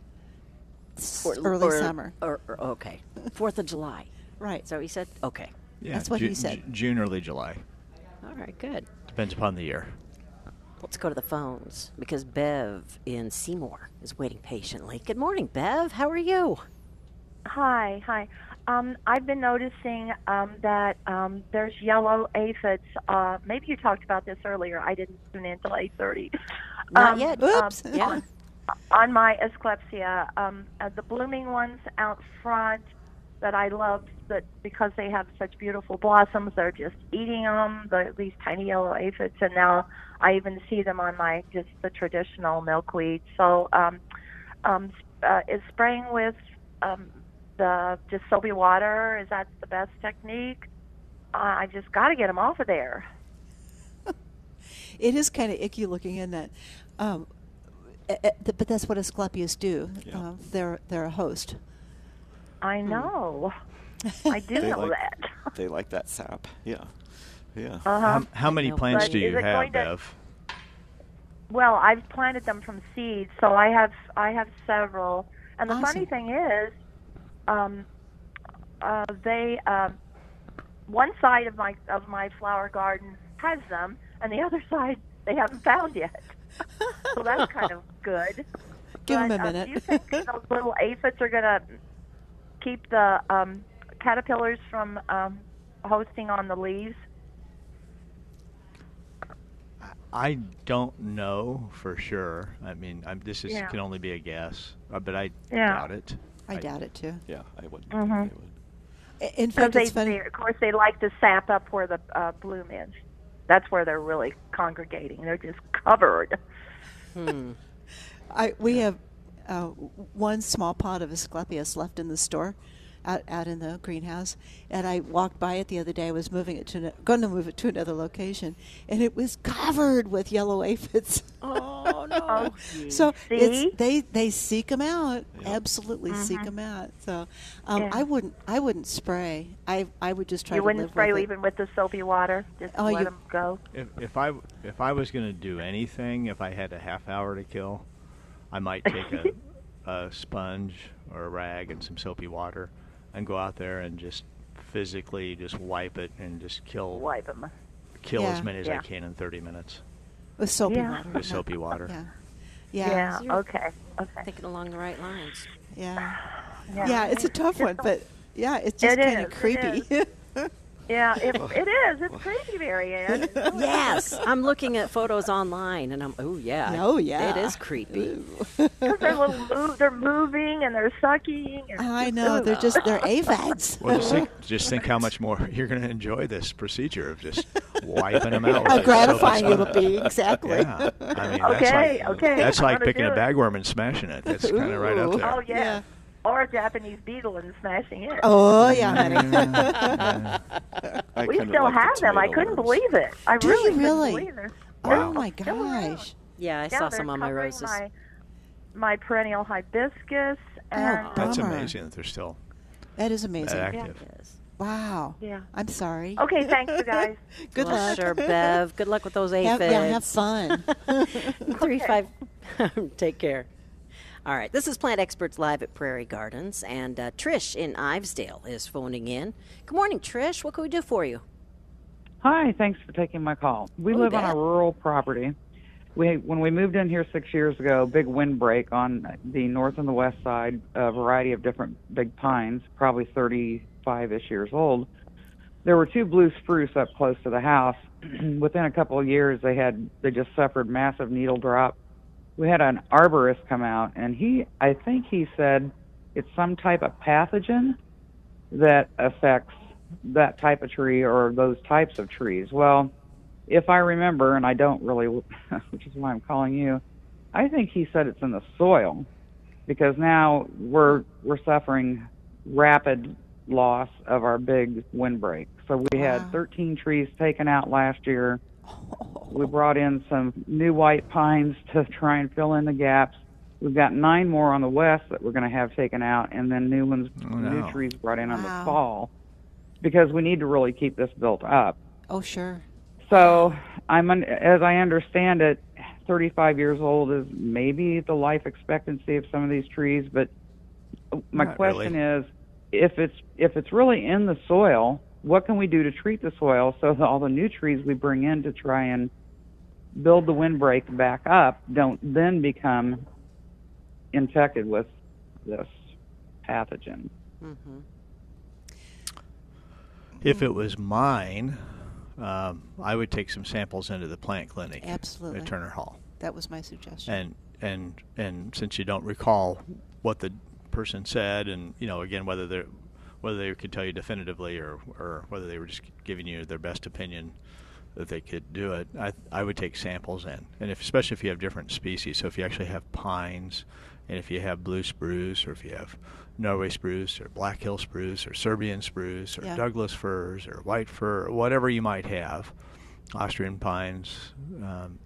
[SPEAKER 2] S- early
[SPEAKER 1] or-
[SPEAKER 2] summer.
[SPEAKER 1] Or, or- okay. Fourth of July.
[SPEAKER 2] Right.
[SPEAKER 1] Is that what you said? Okay.
[SPEAKER 4] Yeah,
[SPEAKER 2] That's what he
[SPEAKER 4] Ju-
[SPEAKER 2] said.
[SPEAKER 4] Ju- June, early July.
[SPEAKER 1] All right. Good.
[SPEAKER 4] Depends upon the year.
[SPEAKER 1] Let's go to the phones because Bev in Seymour is waiting patiently. Good morning, Bev. How are you?
[SPEAKER 7] Hi, hi. Um, I've been noticing um, that um, there's yellow aphids. Uh, maybe you talked about this earlier. I didn't tune in till 8:30.
[SPEAKER 1] Not yet.
[SPEAKER 2] Oops.
[SPEAKER 7] um,
[SPEAKER 1] Yeah.
[SPEAKER 7] on, on my Asclepsia, um, uh, the blooming ones out front that I love, that because they have such beautiful blossoms, they're just eating them. The, these tiny yellow aphids, and now I even see them on my just the traditional milkweed. So, um, um, uh, is spraying with um, the just soapy water is that the best technique? Uh, I just got to get them off of there.
[SPEAKER 2] It is kind of icky looking, isn't it? Um, eh, eh, th- but that's what Asclepias do.
[SPEAKER 3] Yeah.
[SPEAKER 2] Um, they're they're a host.
[SPEAKER 7] I know. I do
[SPEAKER 3] They
[SPEAKER 7] know
[SPEAKER 3] like,
[SPEAKER 7] that.
[SPEAKER 3] they like that sap. Yeah. Yeah.
[SPEAKER 7] Uh-huh.
[SPEAKER 4] How, how many
[SPEAKER 1] know,
[SPEAKER 4] plants
[SPEAKER 7] but
[SPEAKER 4] do
[SPEAKER 7] is
[SPEAKER 4] you
[SPEAKER 7] it
[SPEAKER 4] have,
[SPEAKER 7] going to-
[SPEAKER 4] Bev?
[SPEAKER 7] Well, I've planted them from seed, so I have I have several. And the
[SPEAKER 2] Awesome.
[SPEAKER 7] funny thing is, um, uh, they um, one side of my of my flower garden has them, and the other side they haven't found yet. so that's kind of good.
[SPEAKER 2] Give 'em
[SPEAKER 7] But,
[SPEAKER 2] a
[SPEAKER 7] um,
[SPEAKER 2] minute.
[SPEAKER 7] do you think those little aphids are gonna keep the um, caterpillars from um, hosting on the leaves?
[SPEAKER 4] I don't know for sure. I mean, I'm, this is
[SPEAKER 7] Yeah.
[SPEAKER 4] can only be a guess, uh, but I
[SPEAKER 7] Yeah.
[SPEAKER 4] doubt it.
[SPEAKER 2] I doubt it too.
[SPEAKER 3] yeah. I would.
[SPEAKER 7] Mhm.
[SPEAKER 3] I would.
[SPEAKER 2] I- In
[SPEAKER 7] Because
[SPEAKER 2] fact,
[SPEAKER 7] they,
[SPEAKER 2] it's funny.
[SPEAKER 7] they, of course, they like to sap up where the uh, bloom is. That's where they're really congregating. They're just covered.
[SPEAKER 2] I, we have uh, w- one small pot of Asclepias left in the store, out, out in the greenhouse. And I walked by it the other day. I was moving it to an, going to move it to another location, and it was covered with yellow aphids.
[SPEAKER 1] Oh, no.
[SPEAKER 2] So
[SPEAKER 7] See?
[SPEAKER 2] it's they they seek them out. Absolutely
[SPEAKER 7] Mm-hmm.
[SPEAKER 2] seek 'em seek them out. So um, I wouldn't I wouldn't spray. I I would just try
[SPEAKER 7] you
[SPEAKER 2] to
[SPEAKER 7] wouldn't
[SPEAKER 2] live
[SPEAKER 7] spray
[SPEAKER 2] with it.
[SPEAKER 7] even with the soapy water. Just
[SPEAKER 2] Oh,
[SPEAKER 7] let 'em let
[SPEAKER 2] you-
[SPEAKER 7] them go.
[SPEAKER 4] If, if I if I was going to do anything, if I had a half hour to kill, I might take a, a sponge or a rag and some soapy water. and go out there and just physically just wipe it and just kill
[SPEAKER 7] Wipe them.
[SPEAKER 4] kill as
[SPEAKER 2] Yeah.
[SPEAKER 4] many as I
[SPEAKER 7] Yeah.
[SPEAKER 4] can in 30 minutes
[SPEAKER 2] With soap and
[SPEAKER 7] Yeah.
[SPEAKER 2] water.
[SPEAKER 4] with soapy water.
[SPEAKER 2] Yeah.
[SPEAKER 7] Yeah.
[SPEAKER 2] Yeah.
[SPEAKER 1] you're-
[SPEAKER 7] Okay. Okay.
[SPEAKER 1] Thinking along the right lines.
[SPEAKER 2] Yeah. Yeah. it's a tough one, but yeah, it's
[SPEAKER 7] It
[SPEAKER 2] just kind
[SPEAKER 7] is,
[SPEAKER 2] of
[SPEAKER 7] it
[SPEAKER 2] creepy.
[SPEAKER 7] Yeah, it, it is. It's creepy, Mary Ann. It really
[SPEAKER 1] Yes, I'm looking at photos online, and I'm oh yeah,
[SPEAKER 2] Oh, yeah.
[SPEAKER 1] it is creepy.
[SPEAKER 7] Because they're little, move, they're moving and they're sucking. And
[SPEAKER 2] I know. They're just they're aphids.
[SPEAKER 4] Well, just think, just think how much more you're going to enjoy this procedure of just wiping them
[SPEAKER 2] How
[SPEAKER 4] out. with that soap and
[SPEAKER 2] gratifying
[SPEAKER 4] water.
[SPEAKER 2] it'll be. Exactly.
[SPEAKER 4] Yeah, I mean, that's
[SPEAKER 7] Okay,
[SPEAKER 4] like,
[SPEAKER 7] okay,
[SPEAKER 4] That's
[SPEAKER 7] I'm
[SPEAKER 4] like
[SPEAKER 7] gonna
[SPEAKER 4] picking a
[SPEAKER 7] do it.
[SPEAKER 4] bagworm and smashing it. That's kind of right up
[SPEAKER 2] Ooh.
[SPEAKER 4] there.
[SPEAKER 7] oh yeah.
[SPEAKER 2] Yeah.
[SPEAKER 7] or a Japanese beetle and smashing it.
[SPEAKER 2] Oh yeah, honey.
[SPEAKER 4] Mm-hmm.
[SPEAKER 3] I
[SPEAKER 7] we
[SPEAKER 3] kinda
[SPEAKER 7] still
[SPEAKER 3] like the
[SPEAKER 7] have them. I
[SPEAKER 3] tomato
[SPEAKER 7] couldn't
[SPEAKER 3] worms.
[SPEAKER 7] believe it. I
[SPEAKER 2] Do you
[SPEAKER 7] really, couldn't
[SPEAKER 2] really?
[SPEAKER 7] believe it.
[SPEAKER 2] Oh
[SPEAKER 4] Wow.
[SPEAKER 2] my
[SPEAKER 7] Still around.
[SPEAKER 2] gosh.
[SPEAKER 1] Yeah, I
[SPEAKER 7] Yeah,
[SPEAKER 1] saw
[SPEAKER 7] they're
[SPEAKER 1] some on my
[SPEAKER 7] covering
[SPEAKER 1] roses.
[SPEAKER 7] My, my perennial hibiscus
[SPEAKER 1] Oh.
[SPEAKER 7] and
[SPEAKER 4] That's
[SPEAKER 2] Bummer.
[SPEAKER 4] amazing that they're still
[SPEAKER 2] That is
[SPEAKER 4] that
[SPEAKER 2] amazing.
[SPEAKER 4] active.
[SPEAKER 1] Yes.
[SPEAKER 2] Wow.
[SPEAKER 7] Yeah.
[SPEAKER 2] I'm sorry.
[SPEAKER 7] Okay, thanks, you guys.
[SPEAKER 2] Good
[SPEAKER 1] Oh, well,
[SPEAKER 2] luck.
[SPEAKER 1] Sure, Bev. Good luck with those aphids.
[SPEAKER 2] Have, yeah, have fun.
[SPEAKER 1] Three five. Take care. All right, this is Plant Experts Live at Prairie Gardens, and uh, Trish in Ivesdale is phoning in. Good morning, Trish. What can we do for you?
[SPEAKER 8] Hi, thanks for taking my call. We
[SPEAKER 1] Oh,
[SPEAKER 8] live
[SPEAKER 1] bet.
[SPEAKER 8] on a rural property. We when we moved in here six years ago, big windbreak on the north and the west side, a variety of different big pines, probably 35ish years old. There were two blue spruce up close to the house. Within a couple of years, they had they just suffered massive needle drop. We had an arborist come out, and he I think he said it's some type of pathogen that affects that type of tree or those types of trees. Well, if I remember, and I don't really, which is why I'm calling you, I think he said it's in the soil because now we're we're suffering rapid loss of our big windbreak. So we
[SPEAKER 2] Wow.
[SPEAKER 8] had 13 trees taken out last year. We brought in some new white pines to try and fill in the gaps. We've got nine more on the west that we're going to have taken out, and then new ones,
[SPEAKER 4] Oh, no.
[SPEAKER 8] new trees brought in on
[SPEAKER 2] Wow.
[SPEAKER 8] the fall because we need to really keep this built up.
[SPEAKER 2] oh sure.
[SPEAKER 8] So I'm un- as I understand it, 35 years old is maybe the life expectancy of some of these trees. But my
[SPEAKER 4] Not
[SPEAKER 8] question is, if it's if it's really in the soil, what can we do to treat the soil so that all the new trees we bring in to try and build the windbreak back up don't then become infected with this pathogen?
[SPEAKER 4] If it was mine, um, I would take some samples into the plant clinic
[SPEAKER 2] Absolutely.
[SPEAKER 4] at Turner Hall.
[SPEAKER 2] That was my suggestion.
[SPEAKER 4] and and and since you don't recall what the person said and you know again whether they whether they could tell you definitively or or whether they were just giving you their best opinion that they could do it i i would take samples in and if especially if you have different species so if you actually have pines and if you have blue spruce or if you have norway spruce or black hill spruce or serbian spruce or
[SPEAKER 2] Yeah.
[SPEAKER 4] douglas firs or white fir whatever you might have austrian pines um,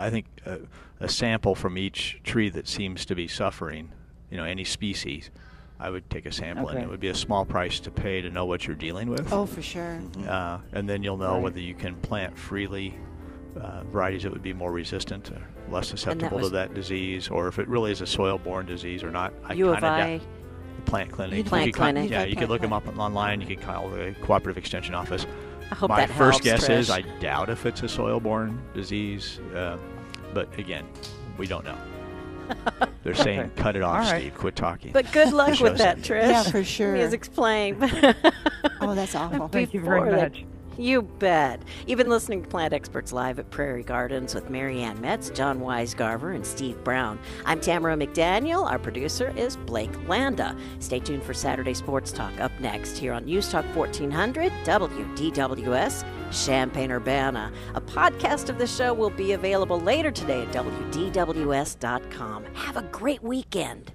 [SPEAKER 4] I think a, a sample from each tree that seems to be suffering, you know, any species, I would take a sample, and
[SPEAKER 8] Okay.
[SPEAKER 4] it would be a small price to pay to know what you're dealing with.
[SPEAKER 2] oh for sure.
[SPEAKER 1] Mm-hmm.
[SPEAKER 4] Uh, and then you'll know whether you can plant freely uh, varieties that would be more resistant or less susceptible
[SPEAKER 1] was-
[SPEAKER 4] to that disease, or if it really is a soil-borne disease or not. I
[SPEAKER 1] U of
[SPEAKER 4] kinda
[SPEAKER 1] I.
[SPEAKER 4] doubt- Plant clinic.
[SPEAKER 2] You'd
[SPEAKER 1] Plant
[SPEAKER 4] you could con-
[SPEAKER 1] clinic.
[SPEAKER 4] Yeah,
[SPEAKER 2] You'd
[SPEAKER 4] you could
[SPEAKER 2] plant
[SPEAKER 4] look them up online. You could call the cooperative extension office.
[SPEAKER 1] I hope
[SPEAKER 4] My
[SPEAKER 1] that
[SPEAKER 4] first
[SPEAKER 1] helps,
[SPEAKER 4] guess is
[SPEAKER 1] Trish.
[SPEAKER 4] I doubt if it's a soil-borne disease, uh, but again, we don't know. They're saying, "Cut it off,
[SPEAKER 8] All right.
[SPEAKER 4] Steve. Quit talking."
[SPEAKER 1] But good luck
[SPEAKER 4] Show
[SPEAKER 1] with that,
[SPEAKER 4] something.
[SPEAKER 1] Trish.
[SPEAKER 2] Yeah, for sure.
[SPEAKER 1] He has explained.
[SPEAKER 2] Oh, that's awful.
[SPEAKER 8] Thank you very
[SPEAKER 1] Before that-
[SPEAKER 8] much.
[SPEAKER 1] You bet. You've been listening to Plant Experts Live at Prairie Gardens with Marianne Metz, John Weisgarver, and Steve Brown. I'm Tamara McDaniel. Our producer is Blake Landa. Stay tuned for Saturday Sports Talk up next here on News Talk 1400 WDWS Champaign Urbana. A podcast of the show will be available later today at WDWS.com. Have a great weekend.